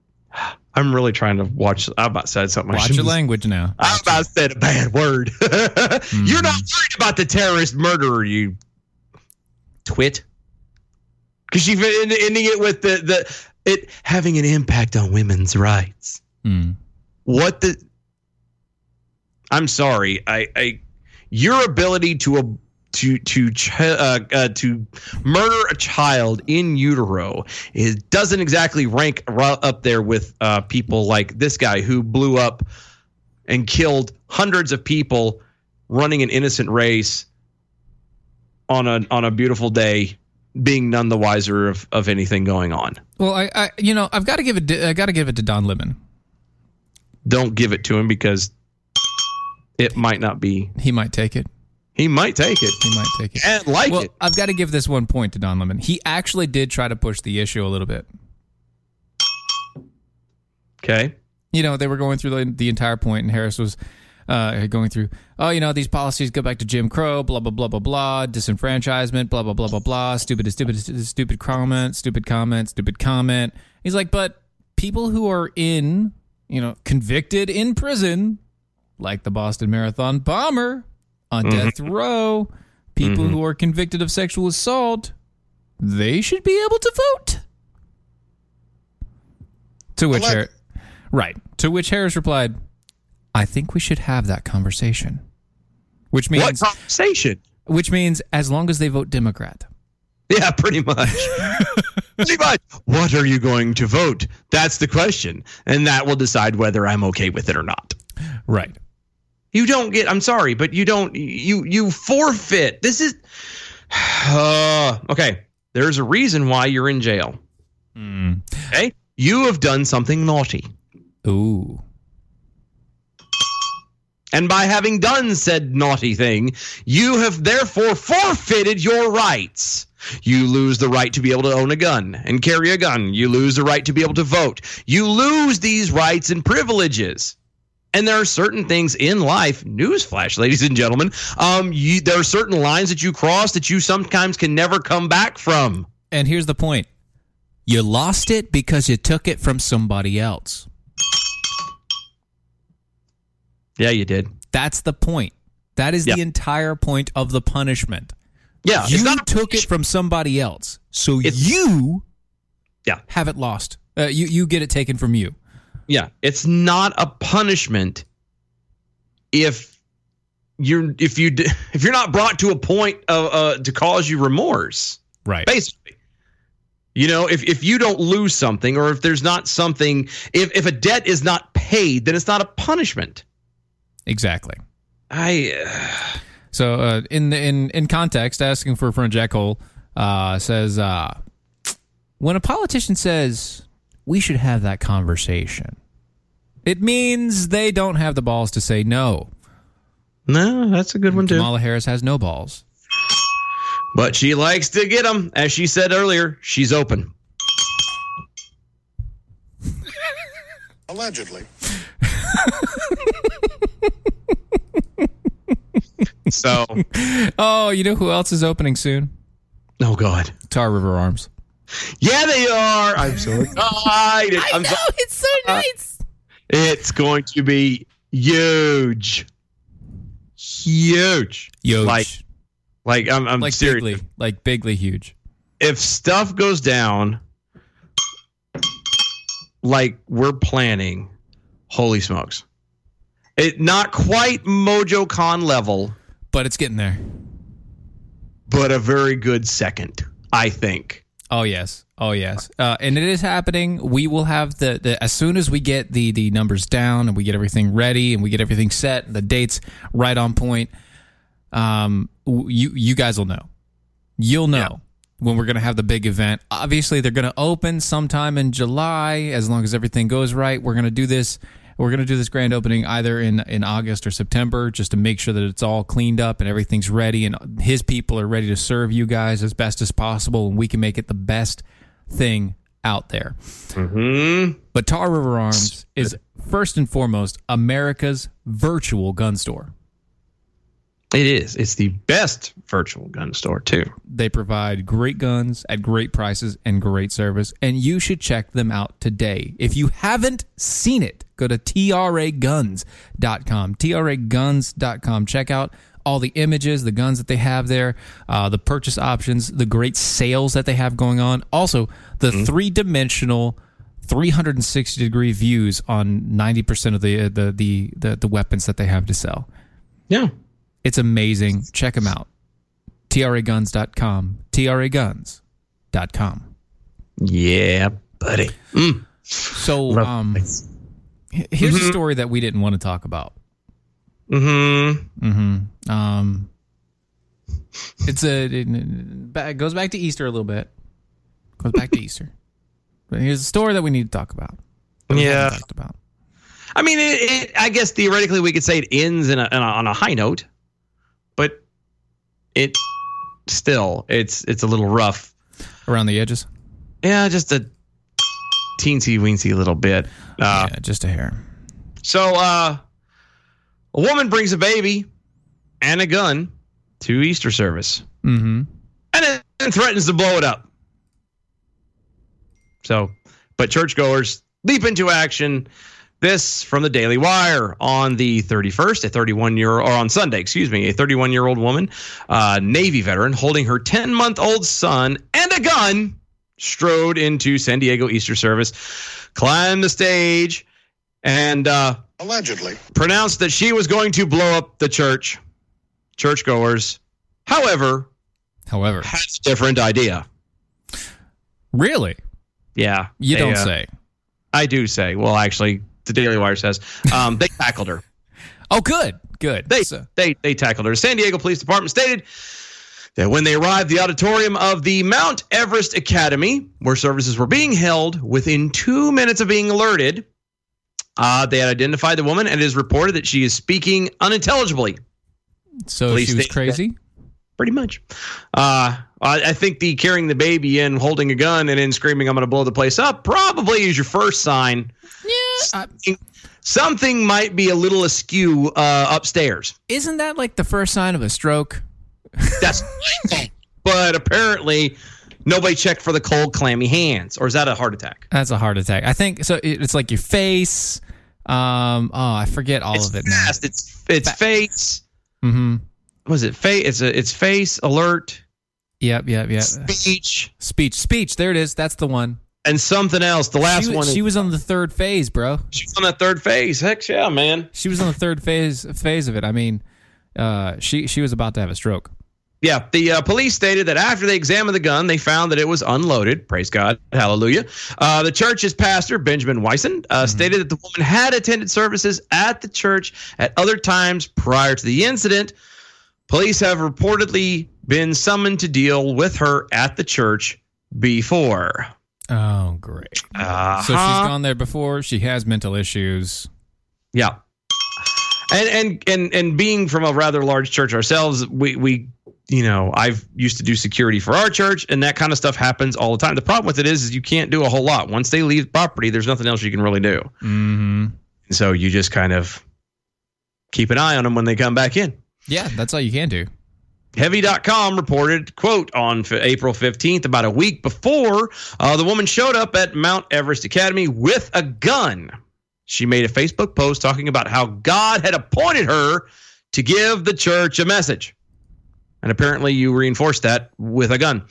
S4: I'm really trying to watch. I about said something. I
S3: Watch
S4: shouldn't
S3: your
S4: have
S3: language now.
S4: I about said a bad word. You're not worried about the terrorist murderer, you twit. Because she's ending it with the, the it having an impact on women's rights.
S3: Mm.
S4: What the? I'm sorry. I, I your ability to ab- to to ch- uh, uh, to murder a child in utero is doesn't exactly rank ri- up there with uh, people like this guy who blew up and killed hundreds of people running an innocent race on a on a beautiful day, being none the wiser of, of anything going on.
S3: Well, I, I you know, I've got to give it I got to give it to Don Lemon.
S4: Don't give it to him because it might not be.
S3: He might take it.
S4: He might take it
S3: He might take it.
S4: and like
S3: well,
S4: it.
S3: I've got to give this one point to Don Lemon. He actually did try to push the issue a little bit.
S4: Okay.
S3: You know, they were going through the, the entire point, and Harris was uh, going through, oh, you know, these policies go back to Jim Crow, blah, blah, blah, blah, blah, disenfranchisement, blah, blah, blah, blah, blah, stupid, stupid, stupid comment, stupid comment, stupid comment. He's like, but people who are in, you know, convicted in prison, like the Boston Marathon bomber on death row, people who are convicted of sexual assault, they should be able to vote. To which Harris, right? To which Harris replied, "I think we should have that conversation." Which
S4: What
S3: means,
S4: conversation?
S3: which means, as long as they vote Democrat,
S4: Yeah, pretty much. pretty much. What are you going to vote? That's the question. And that will decide whether I'm okay with it or not.
S3: right?
S4: You don't get I'm sorry, but you don't you you forfeit. This is uh, okay. There's a reason why you're in jail.
S3: Hmm.
S4: Okay? You have done something naughty.
S3: Ooh,
S4: And by having done said naughty thing, you have therefore forfeited your rights. You lose the right to be able to own a gun and carry a gun. You lose the right to be able to vote. You lose these rights and privileges. And there are certain things in life, newsflash, ladies and gentlemen, um, you, there are certain lines that you cross that you sometimes can never come back from.
S3: and here's the point: you lost it because you took it from somebody else.
S4: Yeah, you did.
S3: That's the point. That is
S4: Yep.
S3: the entire point of the punishment. you
S4: Yeah, Uh, it's not a
S3: took it from somebody else, so you
S4: Yeah.
S3: have it lost. Uh, you you get it taken from you.
S4: Yeah, it's not a punishment if you're if you d- if you're not brought to a point of uh, to cause you remorse.
S3: Right.
S4: Basically, you know, if if you don't lose something or if there's not something, if if a debt is not paid, then it's not a punishment.
S3: Exactly.
S4: I uh,
S3: So uh, in in in context, asking for a friend Jack Hole uh, says uh, when a politician says we should have that conversation, it means they don't have the balls to say no.
S4: no, that's a good one too.
S3: Kamala Harris has no balls.
S4: But she likes to get them. As she said earlier, she's open.
S1: Allegedly.
S4: So,
S3: Oh, you know who else is opening soon?
S4: oh God.
S3: Tar River Arms.
S4: Yeah, they are. I'm so excited. I'm so- Uh,
S5: it's so nice.
S4: it's going to be huge. Huge.
S3: Yo,
S4: Like, like I'm, I'm
S3: like
S4: serious.
S3: bigly, like bigly huge.
S4: if stuff goes down like we're planning, holy smokes. It not quite Mojo Con level,
S3: But it's getting there.
S4: but a very good second, I think.
S3: Oh yes, oh yes, uh, and it is happening. We will have the, the as soon as we get the the numbers down and we get everything ready and we get everything set, the dates right on point. Um, w- you you guys will know. You'll know when we're gonna have the big event. Obviously, they're gonna open sometime in July. As long as everything goes right, we're gonna do this. We're gonna do this grand opening either in in August or September, just to make sure that it's all cleaned up and everything's ready, and his people are ready to serve you guys as best as possible, and we can make it the best thing out there. But Tar River Arms is first and foremost America's virtual gun store.
S4: It is. It's the best virtual gun store too.
S3: They provide great guns at great prices and great service, and you should check them out today. If you haven't seen it, go to traguns.com. traguns.com. Check out all the images, the guns that they have there, uh, the purchase options, the great sales that they have going on. Also, the three dimensional. 360 degree views on 90% of the, uh, the the the the weapons that they have to sell.
S4: Yeah.
S3: It's amazing. Check them out. traguns.com. traguns.com.
S4: Yeah, buddy. Mm.
S3: So um, h- here's a story that we didn't want to talk about.
S4: Mm-hmm.
S3: Um, it's a it back- goes back to Easter a little bit. Goes back to Easter. But here's a story that we need to talk about. that we haven't
S4: Yeah.
S3: talked about.
S4: I mean, it, it, I guess theoretically we could say it ends in a, in a, on a high note, but it still it's it's a little rough.
S3: Around the edges.
S4: Yeah, just a teensy weensy little bit. Uh,
S3: yeah, just a hair.
S4: So, uh, a woman brings a baby and a gun to Easter service,
S3: Mm-hmm.
S4: and then threatens to blow it up. So, but churchgoers leap into action. This from the Daily Wire on the 31st, a 31 year or on Sunday, excuse me, a 31 year old woman, uh, Navy veteran, holding her 10 month old son and a gun, strode into San Diego Easter service, climbed the stage, and uh,
S1: Allegedly.
S4: pronounced that she was going to blow up the church. Churchgoers, however,
S3: However,
S4: had a different idea.
S3: really,
S4: Yeah,
S3: you
S4: they,
S3: don't
S4: uh,
S3: say.
S4: I do say. Well, actually, the Daily Wire says um, they tackled her.
S3: Oh, good, good.
S4: They,
S3: So-
S4: they they tackled her. The San Diego Police Department stated that when they arrived, the auditorium of the Mount Everest Academy, where services were being held, within two minutes of being alerted, uh, they had identified the woman, and it is reported that she is speaking unintelligibly.
S3: so
S4: Police
S3: she was
S4: state-
S3: crazy.
S4: pretty much. Uh, I, I think the carrying the baby in, holding a gun, and then screaming, "I'm going to blow the place up," probably is your first sign.
S3: I-
S4: Something, something might be a little askew uh, upstairs.
S3: Isn't that like the first sign of a stroke?
S4: That's, but apparently, nobody checked for the cold, clammy hands, or is that a heart attack?
S3: That's a heart attack. I think so. it- It's like your face. Um. Oh, I forget all
S4: It's
S3: of it now.
S4: fast. It's it's face.
S3: Mm-hmm.
S4: Was it face? It's a, it's face alert,
S3: Yep. Yep. Yep.
S4: speech,
S3: Speech. Speech. There it is. That's the one.
S4: and something else. The last
S3: she, wa-
S4: one.
S3: She
S4: She,
S3: was on the third phase, bro.
S4: she's on that third phase. Heck yeah, man.
S3: She was on the third phase phase of it. I mean, uh, she she was about to have a stroke.
S4: Yeah, the uh, police stated that after they examined the gun, they found that it was unloaded. Praise God, hallelujah. Uh, the church's pastor, Benjamin Weissen, uh, stated that the woman had attended services at the church at other times prior to the incident. Police have reportedly been summoned to deal with her at the church before.
S3: Oh, great.
S4: Uh-huh.
S3: So she's gone there before. She has mental issues.
S4: Yeah. and and and and being from a rather large church ourselves, we we you know I've used to do security for our church, and that kind of stuff happens all the time. The problem with it is, is you can't do a whole lot once they leave property. There's nothing else you can really do,
S3: Mm-hmm.
S4: so you just kind of keep an eye on them when they come back in.
S3: Yeah, that's all you can do.
S4: Heavy.com reported, quote, on F- April 15th, about a week before, uh, the woman showed up at Mount Everest Academy with a gun. She made a Facebook post talking about how God had appointed her to give the church a message. And apparently, you reinforced that with a gun.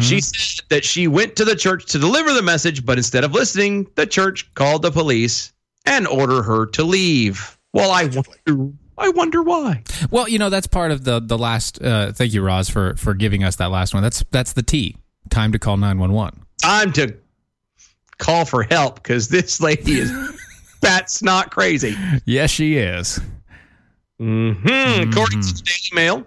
S4: She said that she went to the church to deliver the message, but instead of listening, the church called the police and ordered her to leave. Well, I wonder, I wonder why.
S3: Well, you know that's part of the the last. Uh, thank you, Roz, for for giving us that last one. That's that's the T. Time to call nine one one.
S4: time to call for help because this lady is that's not crazy.
S3: Yes, she is.
S4: Mm-hmm. According to the Daily Mail,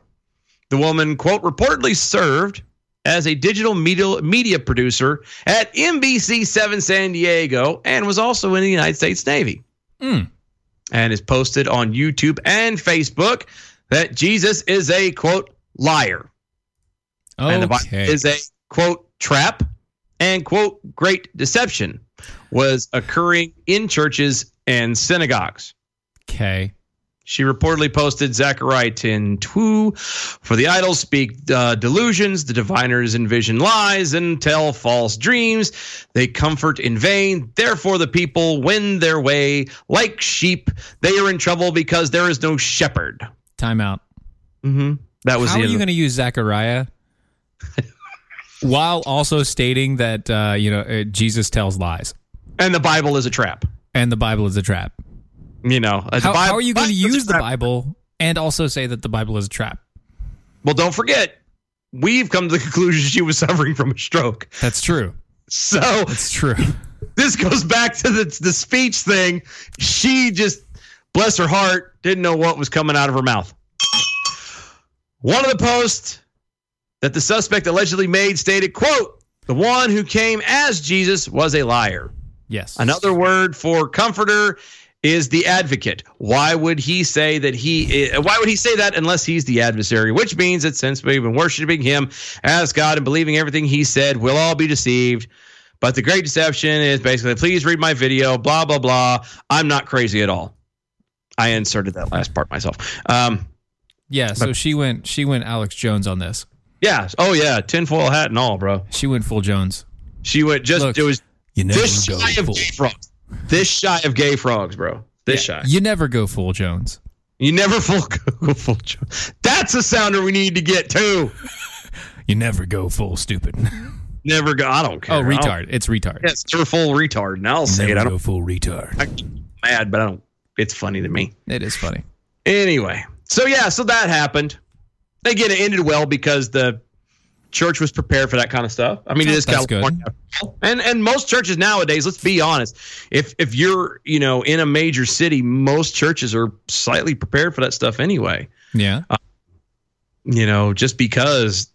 S4: the woman quote reportedly served as a digital media media producer at NBC Seven San Diego and was also in the United States Navy.
S3: Mm.
S4: And is posted on YouTube and Facebook that Jesus is a quote liar. And the Bible
S3: Okay.
S4: is a quote trap and quote great deception was occurring in churches and synagogues.
S3: okay.
S4: She reportedly posted Zechariah 10 2 for the idols speak uh, delusions, the diviners envision lies and tell false dreams. They comfort in vain. Therefore, the people win their way like sheep. They are in trouble because there is no shepherd.
S3: Time out.
S4: hmm That was
S3: How
S4: the
S3: are
S4: end
S3: you
S4: of-
S3: going to use Zechariah while also stating that uh, you know uh, Jesus tells lies
S4: and the Bible is a trap.
S3: and the Bible is a trap?
S4: You know, Uh, the
S3: How,
S4: Bi-
S3: how are you going to
S4: Bible's a
S3: use the
S4: trap.
S3: Bible and also say that the Bible is a trap?
S4: Well, don't forget, we've come to the conclusion she was suffering from a stroke.
S3: That's true.
S4: So
S3: That's true.
S4: this goes back to the, the speech thing. She just, bless her heart, didn't know what was coming out of her mouth. One of the posts that the suspect allegedly made stated, quote, the one who came as Jesus was a liar.
S3: Yes.
S4: Another word for comforter is the advocate. Why would he say that he i- why would he say that unless he's the adversary, which means that since we've been worshiping him as God and believing everything he said, we'll all be deceived. But the great deception is basically please read my video, blah blah blah. I'm not crazy at all. I inserted that last part myself. Um
S3: Yeah. So she went. She went Alex Jones on this.
S4: yeah. Oh yeah, tinfoil hat and all, bro.
S3: She went full Jones.
S4: She went just
S3: Look,
S4: it was
S7: You never
S4: this
S7: go
S4: shy of
S7: full.
S4: gay frogs. This shy of gay frogs, bro. This shy.
S3: You never go full Jones.
S4: You never full go full Joe. That's a sounder we need to get too.
S3: You never go full stupid.
S4: Never go. I don't care.
S3: oh,
S4: I don't-
S3: retard. It's retard.
S4: Yes, you're full retard, and I'll say it. I don't.
S3: full retard.
S4: I get mad, but I don't. It's funny to me.
S3: It is funny.
S4: Anyway, so yeah, so that happened. Again, it ended well because the church was prepared for that kind of stuff. I mean, it is
S3: That's good.
S4: California, after all. and and most churches nowadays. Let's be honest. If if you're you know in a major city, most churches are slightly prepared for that stuff anyway. Uh,
S3: Yeah.
S4: you know, just because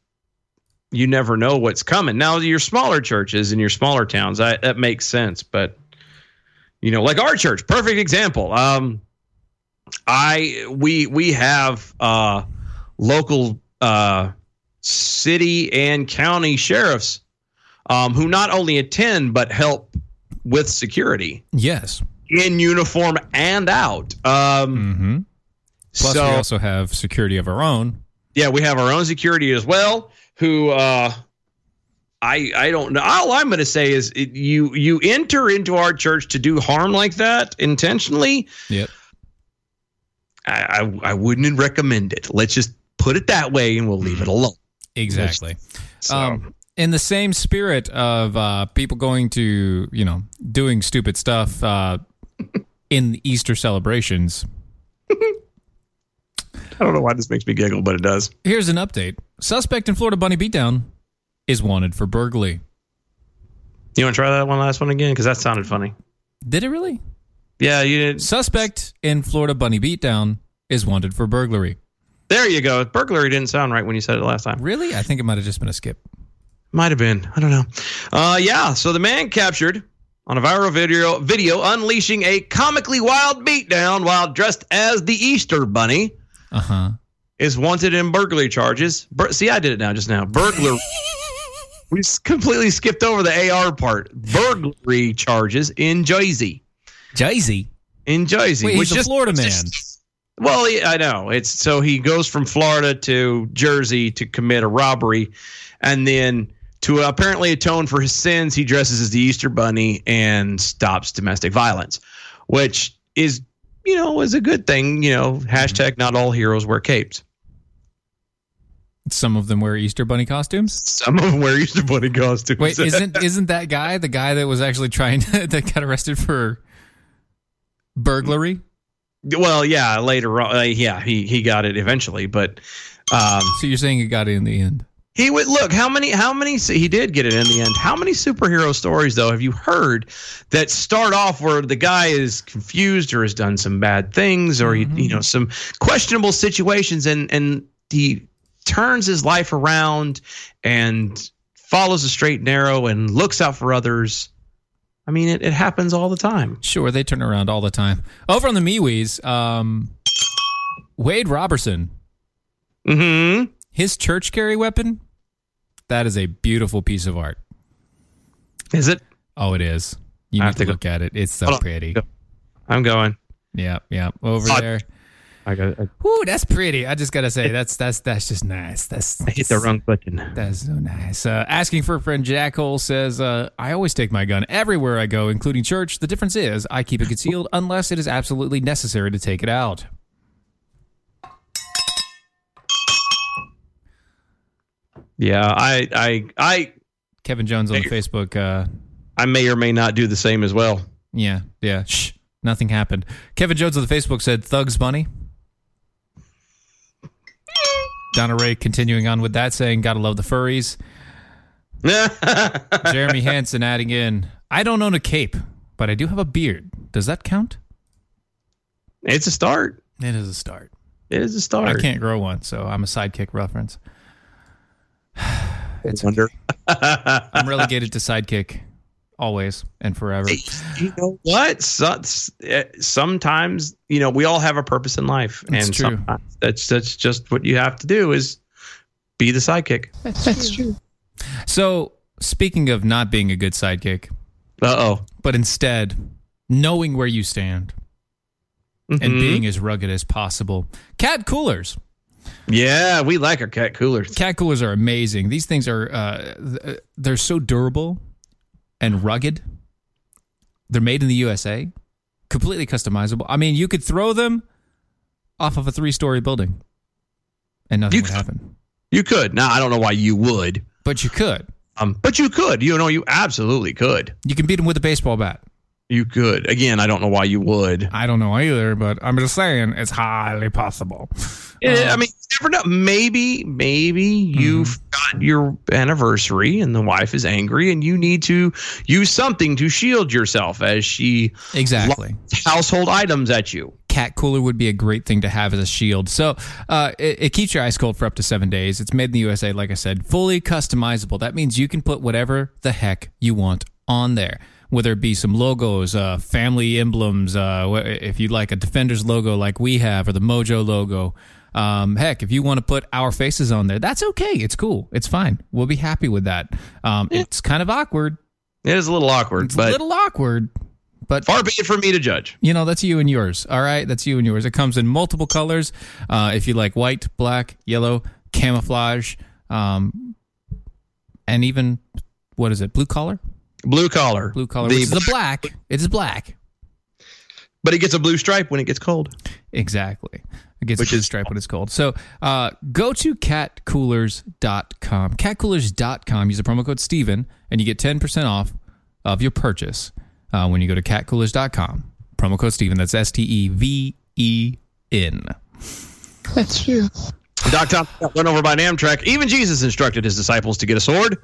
S4: you never know what's coming. Now, your smaller churches and your smaller towns, I, that makes sense. But, you know, like our church, perfect example. Um, I we we have uh, local uh, city and county sheriffs um, who not only attend but help with security
S3: Yes.
S4: in uniform and out. Um,
S3: Mm-hmm. Plus,
S4: so,
S3: we also have security of our own.
S4: yeah, we have our own security as well. Who uh, I I don't know. All I'm going to say is it, you you enter into our church to do harm like that intentionally.
S3: Yep.
S4: I I, I wouldn't recommend it. Let's just put it that way, and we'll leave it alone.
S3: Exactly.
S4: So,
S3: Um, in the same spirit of uh, people going to, you know, doing stupid stuff uh, in the Easter celebrations,
S4: I don't know why this makes me giggle, but it does.
S3: here's an update. Suspect in Florida Bunny beatdown is wanted for burglary.
S4: You want to try that one last one again because that sounded funny.
S3: Did it really?
S4: Yeah, you did.
S3: Suspect in Florida Bunny beatdown is wanted for burglary.
S4: There you go. Burglary didn't sound right when you said it last time.
S3: Really? I think it might have just been a skip.
S4: Might have been. I don't know. Uh, yeah. So the man captured on a viral video, video unleashing a comically wild beatdown while dressed as the Easter Bunny
S3: Uh huh.
S4: is wanted in burglary charges. Bur- See, I did it now just now. Burglar. we s- completely skipped over the AR part. Burglary charges in Jersey.
S3: Jay-Z.
S4: In Jersey,
S3: Wait,
S4: which
S3: he's a
S4: just-
S3: Florida man.
S4: well, yeah, I know it's so he goes from Florida to Jersey to commit a robbery, and then to apparently atone for his sins, he dresses as the Easter Bunny and stops domestic violence, which is you know is a good thing. You know,
S3: Mm-hmm.
S4: hashtag not all heroes wear capes.
S3: Some of them wear Easter bunny costumes.
S4: Some of them wear Easter Bunny costumes.
S3: Wait, isn't isn't that guy the guy that was actually trying to, that got arrested for burglary?
S4: well, yeah, later on, uh, yeah, he he got it eventually, but. Um,
S3: So you're saying it got it in the end?
S4: He would look how many how many he did get it in the end. How many superhero stories though have you heard that start off where the guy is confused or has done some bad things or he, you know some questionable situations and and he turns his life around and follows the straight and narrow and looks out for others. I mean it, it happens all the time.
S3: Sure, they turn around all the time. Over on the MeWes, um, Wade Robertson,
S4: Mhm.
S3: his church carry weapon, that is a beautiful piece of art.
S4: Is it?
S3: Oh, it is. You
S4: I
S3: need
S4: have
S3: to
S4: to go-
S3: look at it. It's so
S4: Hold on.
S3: pretty.
S4: I'm going.
S3: Yeah, yeah. Over
S4: Fuck.
S3: there.
S4: I got I
S3: Whoo, that's pretty. I just gotta say, that's that's that's just nice. That's
S4: hit the wrong button.
S3: That's so nice. Uh, asking for a friend, Jack Hole says, uh, I always take my gun everywhere I go, including church. The difference is I keep it concealed unless it is absolutely necessary to take it out.
S4: Yeah, I I I
S3: Kevin Jones on Facebook. Uh,
S4: I may or may not do the same as well.
S3: yeah, yeah. Shh, nothing happened. Kevin Jones on the Facebook said, Thugs Bunny. Donna Ray continuing on with that, saying, Gotta love the furries. Jeremy Hansen adding in, I don't own a cape, but I do have a beard. Does that count?
S4: It's a start.
S3: It is a start.
S4: It is a start.
S3: I can't grow one, so I'm a sidekick reference.
S4: It's under.
S3: I'm relegated to sidekick always and forever.
S4: You know what? So- eh, Sometimes you know we all have a purpose in life,
S3: That's
S4: and
S3: true.
S4: sometimes that's that's just what you have to do is be the sidekick.
S3: So, speaking of not being a good sidekick,
S4: Uh oh.
S3: but instead knowing where you stand
S4: Mm-hmm.
S3: and being as rugged as possible, cat coolers.
S4: yeah, we like our cat coolers.
S3: Cat coolers are amazing. These things are uh, th- they're so durable and rugged. They're made in the USA, completely customizable. I mean, you could throw them off of a three-story building, and nothing
S4: You
S3: would
S4: could.
S3: happen.
S4: You could. Now I don't know why you would,
S3: But you could.
S4: um, but you could. You know, you absolutely could.
S3: You can beat them with a baseball bat.
S4: You could. Again, I don't know why you would.
S3: I don't know either, but I'm just saying it's highly possible. Um,
S4: Yeah, I mean, you never know. Maybe, maybe
S3: Mm-hmm.
S4: you've got your anniversary and the wife is angry and you need to use something to shield yourself as she
S3: Exactly.
S4: launches household items at you.
S3: Cat cooler would be a great thing to have as a shield. So uh, it, it keeps your ice cold for up to seven days. It's made in the USA, like I said, fully customizable. That means you can put whatever the heck you want on there. Whether it be some logos, uh, family emblems, uh, wh- if you'd like a Defenders logo like we have, or the Mojo logo. Um, heck, if you want to put our faces on there, that's okay. It's cool. It's fine. We'll be happy with that. Um, It's kind of awkward,
S4: It is a little awkward,
S3: It's
S4: but
S3: a little awkward, but
S4: far be it for me to judge.
S3: you know that's you and yours. All right, that's you and yours. It comes in multiple colors. Uh, if you like white, black, yellow, camouflage, um, and even what is it? Blue collar,
S4: Blue collar.
S3: blue collar.
S4: The-
S3: which is the black. It's black.
S4: But it gets a blue stripe when it gets cold.
S3: Exactly. It gets
S4: Which
S3: a blue
S4: is-
S3: stripe when it's cold. So uh, go to catcoolers.com. Catcoolers.com. Use the promo code Steven and you get 10% off of your purchase uh, when you go to catcoolers.com. Promo code Steven. That's S T E V E N.
S4: Doc Tom got run over by an Amtrak. Even Jesus instructed his disciples to get a sword,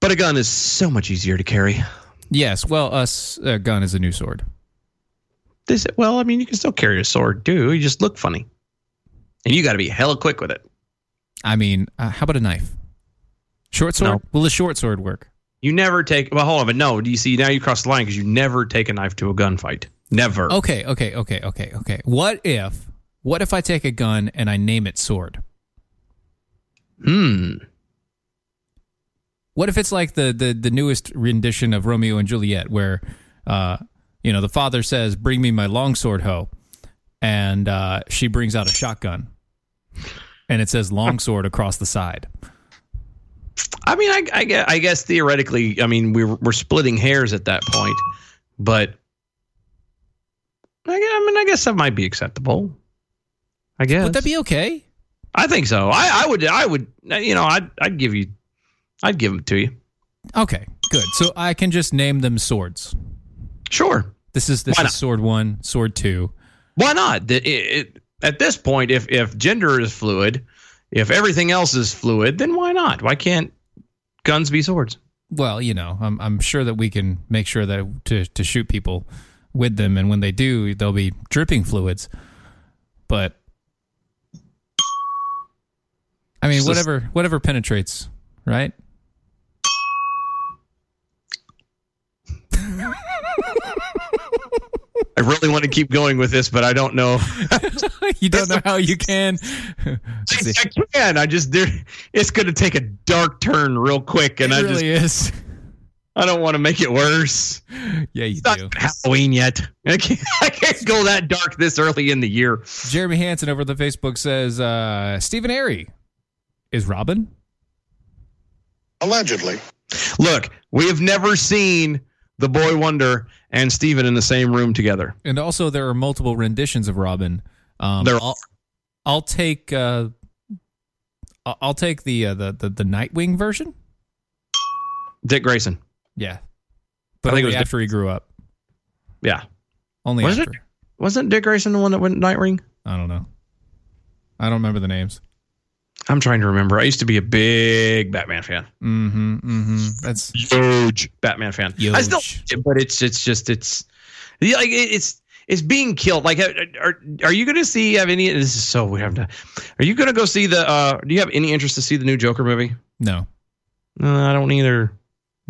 S4: but a gun is so much easier to carry.
S3: Yes. Well, us uh, gun is a new sword.
S4: They said, well, I mean, you can still carry a sword, too. You just look funny. And you got to be hella quick with it.
S3: I mean, uh, how about a knife? Short sword?
S4: No.
S3: Will a short sword work?
S4: You never take. Well, hold on, but no. Do you see now you cross the line because you never take a knife to a gunfight. Never.
S3: Okay, okay, okay, okay, okay. What if what if I take a gun and I name it sword?
S4: Hmm.
S3: What if it's like the the, the newest rendition of Romeo and Juliet where uh you know the father says, Bring me my longsword hoe and uh she brings out a shotgun and it says longsword across the side.
S4: I mean, I, I, guess, I guess theoretically, I mean, we're we're splitting hairs at that point, but I, gue- I mean, I guess that might be acceptable. I guess.
S3: Would that be okay?
S4: I think so. I, I would. I would. You know, I'd I'd give you. I'd give them to you.
S3: Okay, good. So I can just name them swords.
S4: Sure.
S3: This is this
S4: Why
S3: is
S4: not?
S3: sword one, sword two.
S4: Why not? The- it- it- at this point, if if gender is fluid, if everything else is fluid, then why not? Why can't guns be swords?
S3: Well, you know, I'm I'm sure that we can make sure that to to shoot people with them, and when they do, they'll be dripping fluids. But I mean,
S4: Just-
S3: whatever whatever penetrates, right?
S4: I really want to keep going with this, but I don't know.
S3: you don't know how you can.
S4: I can. I just there. It's going to take a dark turn real quick, and
S3: it
S4: I just
S3: really is.
S4: I don't want to make it worse.
S3: Yeah, you
S4: It's not
S3: do.
S4: Halloween yet. I can't, I can't go that dark this early in the year.
S3: Jeremy Hansen over at the Facebook says uh, Stephen Airy is Robin.
S1: Allegedly.
S4: Look, we have never seen the Boy Wonder and Steven in the same room together.
S3: And also, there are multiple renditions of Robin. Um,
S4: They're
S3: I'll, I'll take uh, I- I'll take the, uh, the the the Nightwing version.
S4: Dick Grayson.
S3: Yeah, but
S4: I think it
S3: only
S4: was
S3: after he grew up.
S4: Yeah.
S3: Only
S4: Was it?
S3: after.
S4: Wasn't Dick Grayson the one that went Nightwing?
S3: I don't know. I don't remember the names.
S4: I'm trying to remember. I used to be a big Batman fan.
S3: Mm-hmm. Mm-hmm. That's
S4: Huge Batman fan. I still,
S3: Huge.
S4: like it, but it's it's just it's yeah, like it- it's it's being killed. Like are are- are you going to see have any? This is so we have to. Are you going to go see the? uh Do you have any interest to see the new Joker movie?
S3: no,
S4: No, I don't either.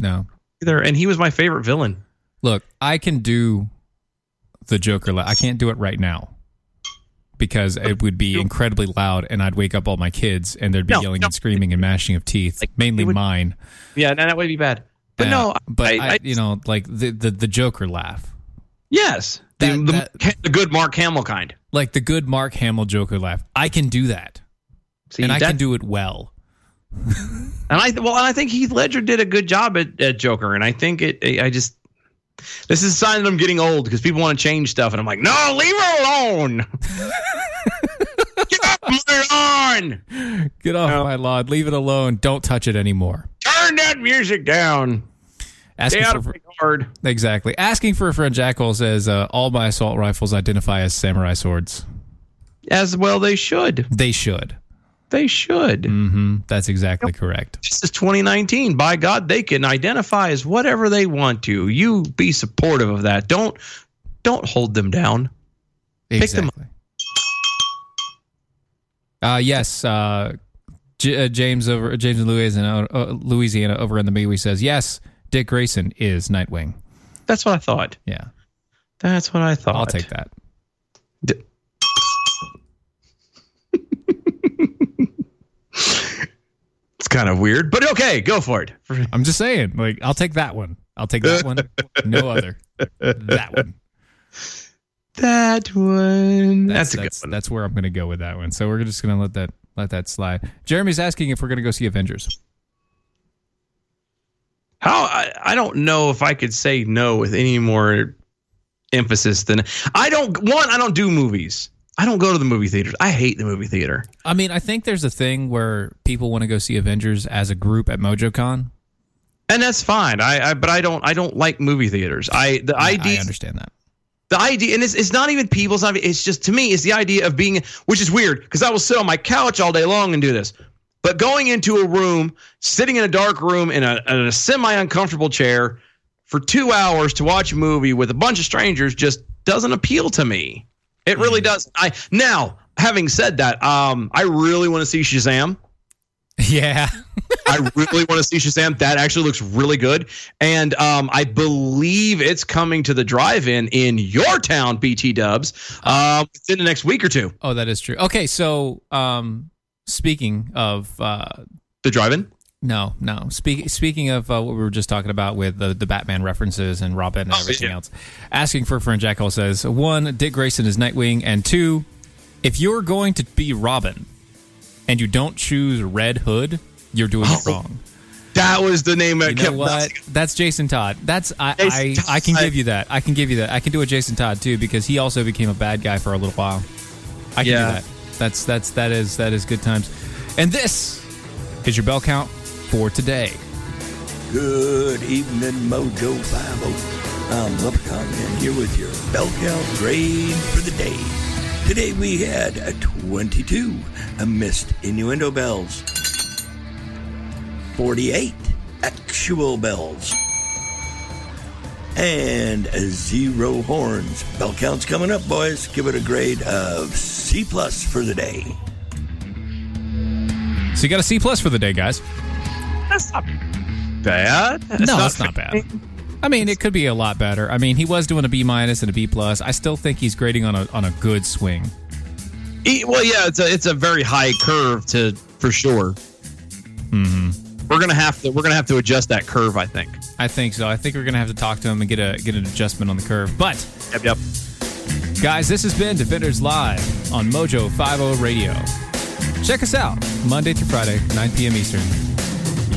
S3: no.
S4: Either, and he was my favorite villain.
S3: Look, I can do the Joker. la- I can't do it right now because it would be incredibly loud, and I'd wake up all my kids, and there'd be
S4: No,
S3: yelling
S4: no.
S3: and screaming and mashing of teeth,
S4: Like,
S3: mainly
S4: it would-
S3: mine.
S4: Yeah, no, that would be bad. But
S3: Yeah,
S4: no,
S3: but I, you know, like the the, the Joker laugh,
S4: yes, the,
S3: That-
S4: the,
S3: that-
S4: the good Mark Hamill kind.
S3: like the good Mark Hamill Joker laugh. I can do that,
S4: See,
S3: and I
S4: that-
S3: can do it well.
S4: And I well, and I think Heath Ledger did a good job at, at Joker, and I think it. I I just this is a sign that I'm getting old because people want to change stuff, and I'm like, no, leave her alone. Get off my lawn.
S3: Get off my lawn, leave it alone. Don't touch it anymore.
S4: Turn that music down.
S3: Asking
S4: Stay out
S3: for,
S4: of my yard.
S3: exactly. Asking for a friend. Jackal says uh, all my assault rifles identify as samurai swords.
S4: As well, they should.
S3: They should.
S4: They should.
S3: hmm That's exactly correct.
S4: This is 2019. By God, they can identify as whatever they want to. You be supportive of that. Don't don't hold them down. them
S3: Exactly. Uh, yes, uh, J- uh, James over James in Louisiana, uh, Louisiana over in the MeWe says yes. Dick Grayson is Nightwing.
S4: That's what I thought.
S3: Yeah,
S4: That's what I thought.
S3: I'll take that.
S4: D- it's kind of weird, but okay, go for it.
S3: I'm just saying, like I'll take that one. I'll take that one. No other. That one.
S4: That one. That's, a good
S3: that's,
S4: one.
S3: that's where I'm going to go with that one. So we're just going to let that let that slide. Jeremy's asking if we're going to go see Avengers.
S4: How I, I don't know if I could say no with any more emphasis than I don't one, I don't do movies. I don't go to the movie theaters. I hate the movie theater.
S3: I mean, I think there's a thing where people want to go see Avengers as a group at MojoCon.
S4: And that's fine. I, I but I don't I don't like movie theaters. I the
S3: I, I
S4: idea
S3: understand that.
S4: the idea and it's, it's not even people's not, it's just to me it's the idea of being which is weird because i will sit on my couch all day long and do this but going into a room sitting in a dark room in a, in a semi uncomfortable chair for two hours to watch a movie with a bunch of strangers just doesn't appeal to me it really does i now having said that um i really want to see shazam
S3: Yeah.
S4: I really want to see Shazam. That actually looks really good. And um, I believe it's coming to the drive in in your town, BT Dubs, um, within the next week or two.
S3: Oh, that is true. Okay, so um, speaking of uh,
S4: The drive in?
S3: no, no. Speak, speaking of uh, what we were just talking about with the, the Batman references and Robin and everything
S4: Oh, yeah.
S3: else, asking for a friend Jack Hall says one, Dick Grayson is Nightwing, and two, if you're going to be Robin and you don't choose Red Hood, you're doing
S4: Oh,
S3: it wrong.
S4: That was the name that
S3: You know
S4: kept
S3: what? That's Jason Todd. That's I, I,
S4: Jason
S3: I can
S4: Todd.
S3: give you that. I can give you that. I can do a Jason Todd too because he also became a bad guy for a little while. I can
S4: Yeah.
S3: do that. That's that's that is that is good times. And this is your bell count for today.
S6: Good evening, Mojo 50. I'm Leprechaun and here with your bell count grade for the day. Today we had a 22, a missed innuendo bells, 48 actual bells, and a zero horns. Bell count's coming up, boys. Give it a grade of C plus for the day.
S3: So you got a C plus for the day, guys.
S4: That's not bad. That's
S3: no, that's not bad. I mean, it could be a lot better. I mean, he was doing a B minus and a B plus. I still think he's grading on a on a good swing.
S4: E- Well, yeah, it's a it's a very high curve to for sure.
S3: Mm-hmm.
S4: We're gonna have to we're gonna have to adjust that curve. I think.
S3: I think so. I think we're gonna have to talk to him and get a get an adjustment on the curve. But
S4: Yep, yep.
S3: Guys, this has been Defenders Live on Mojo 50 Radio. Check us out Monday through Friday, 9 p.m. Eastern.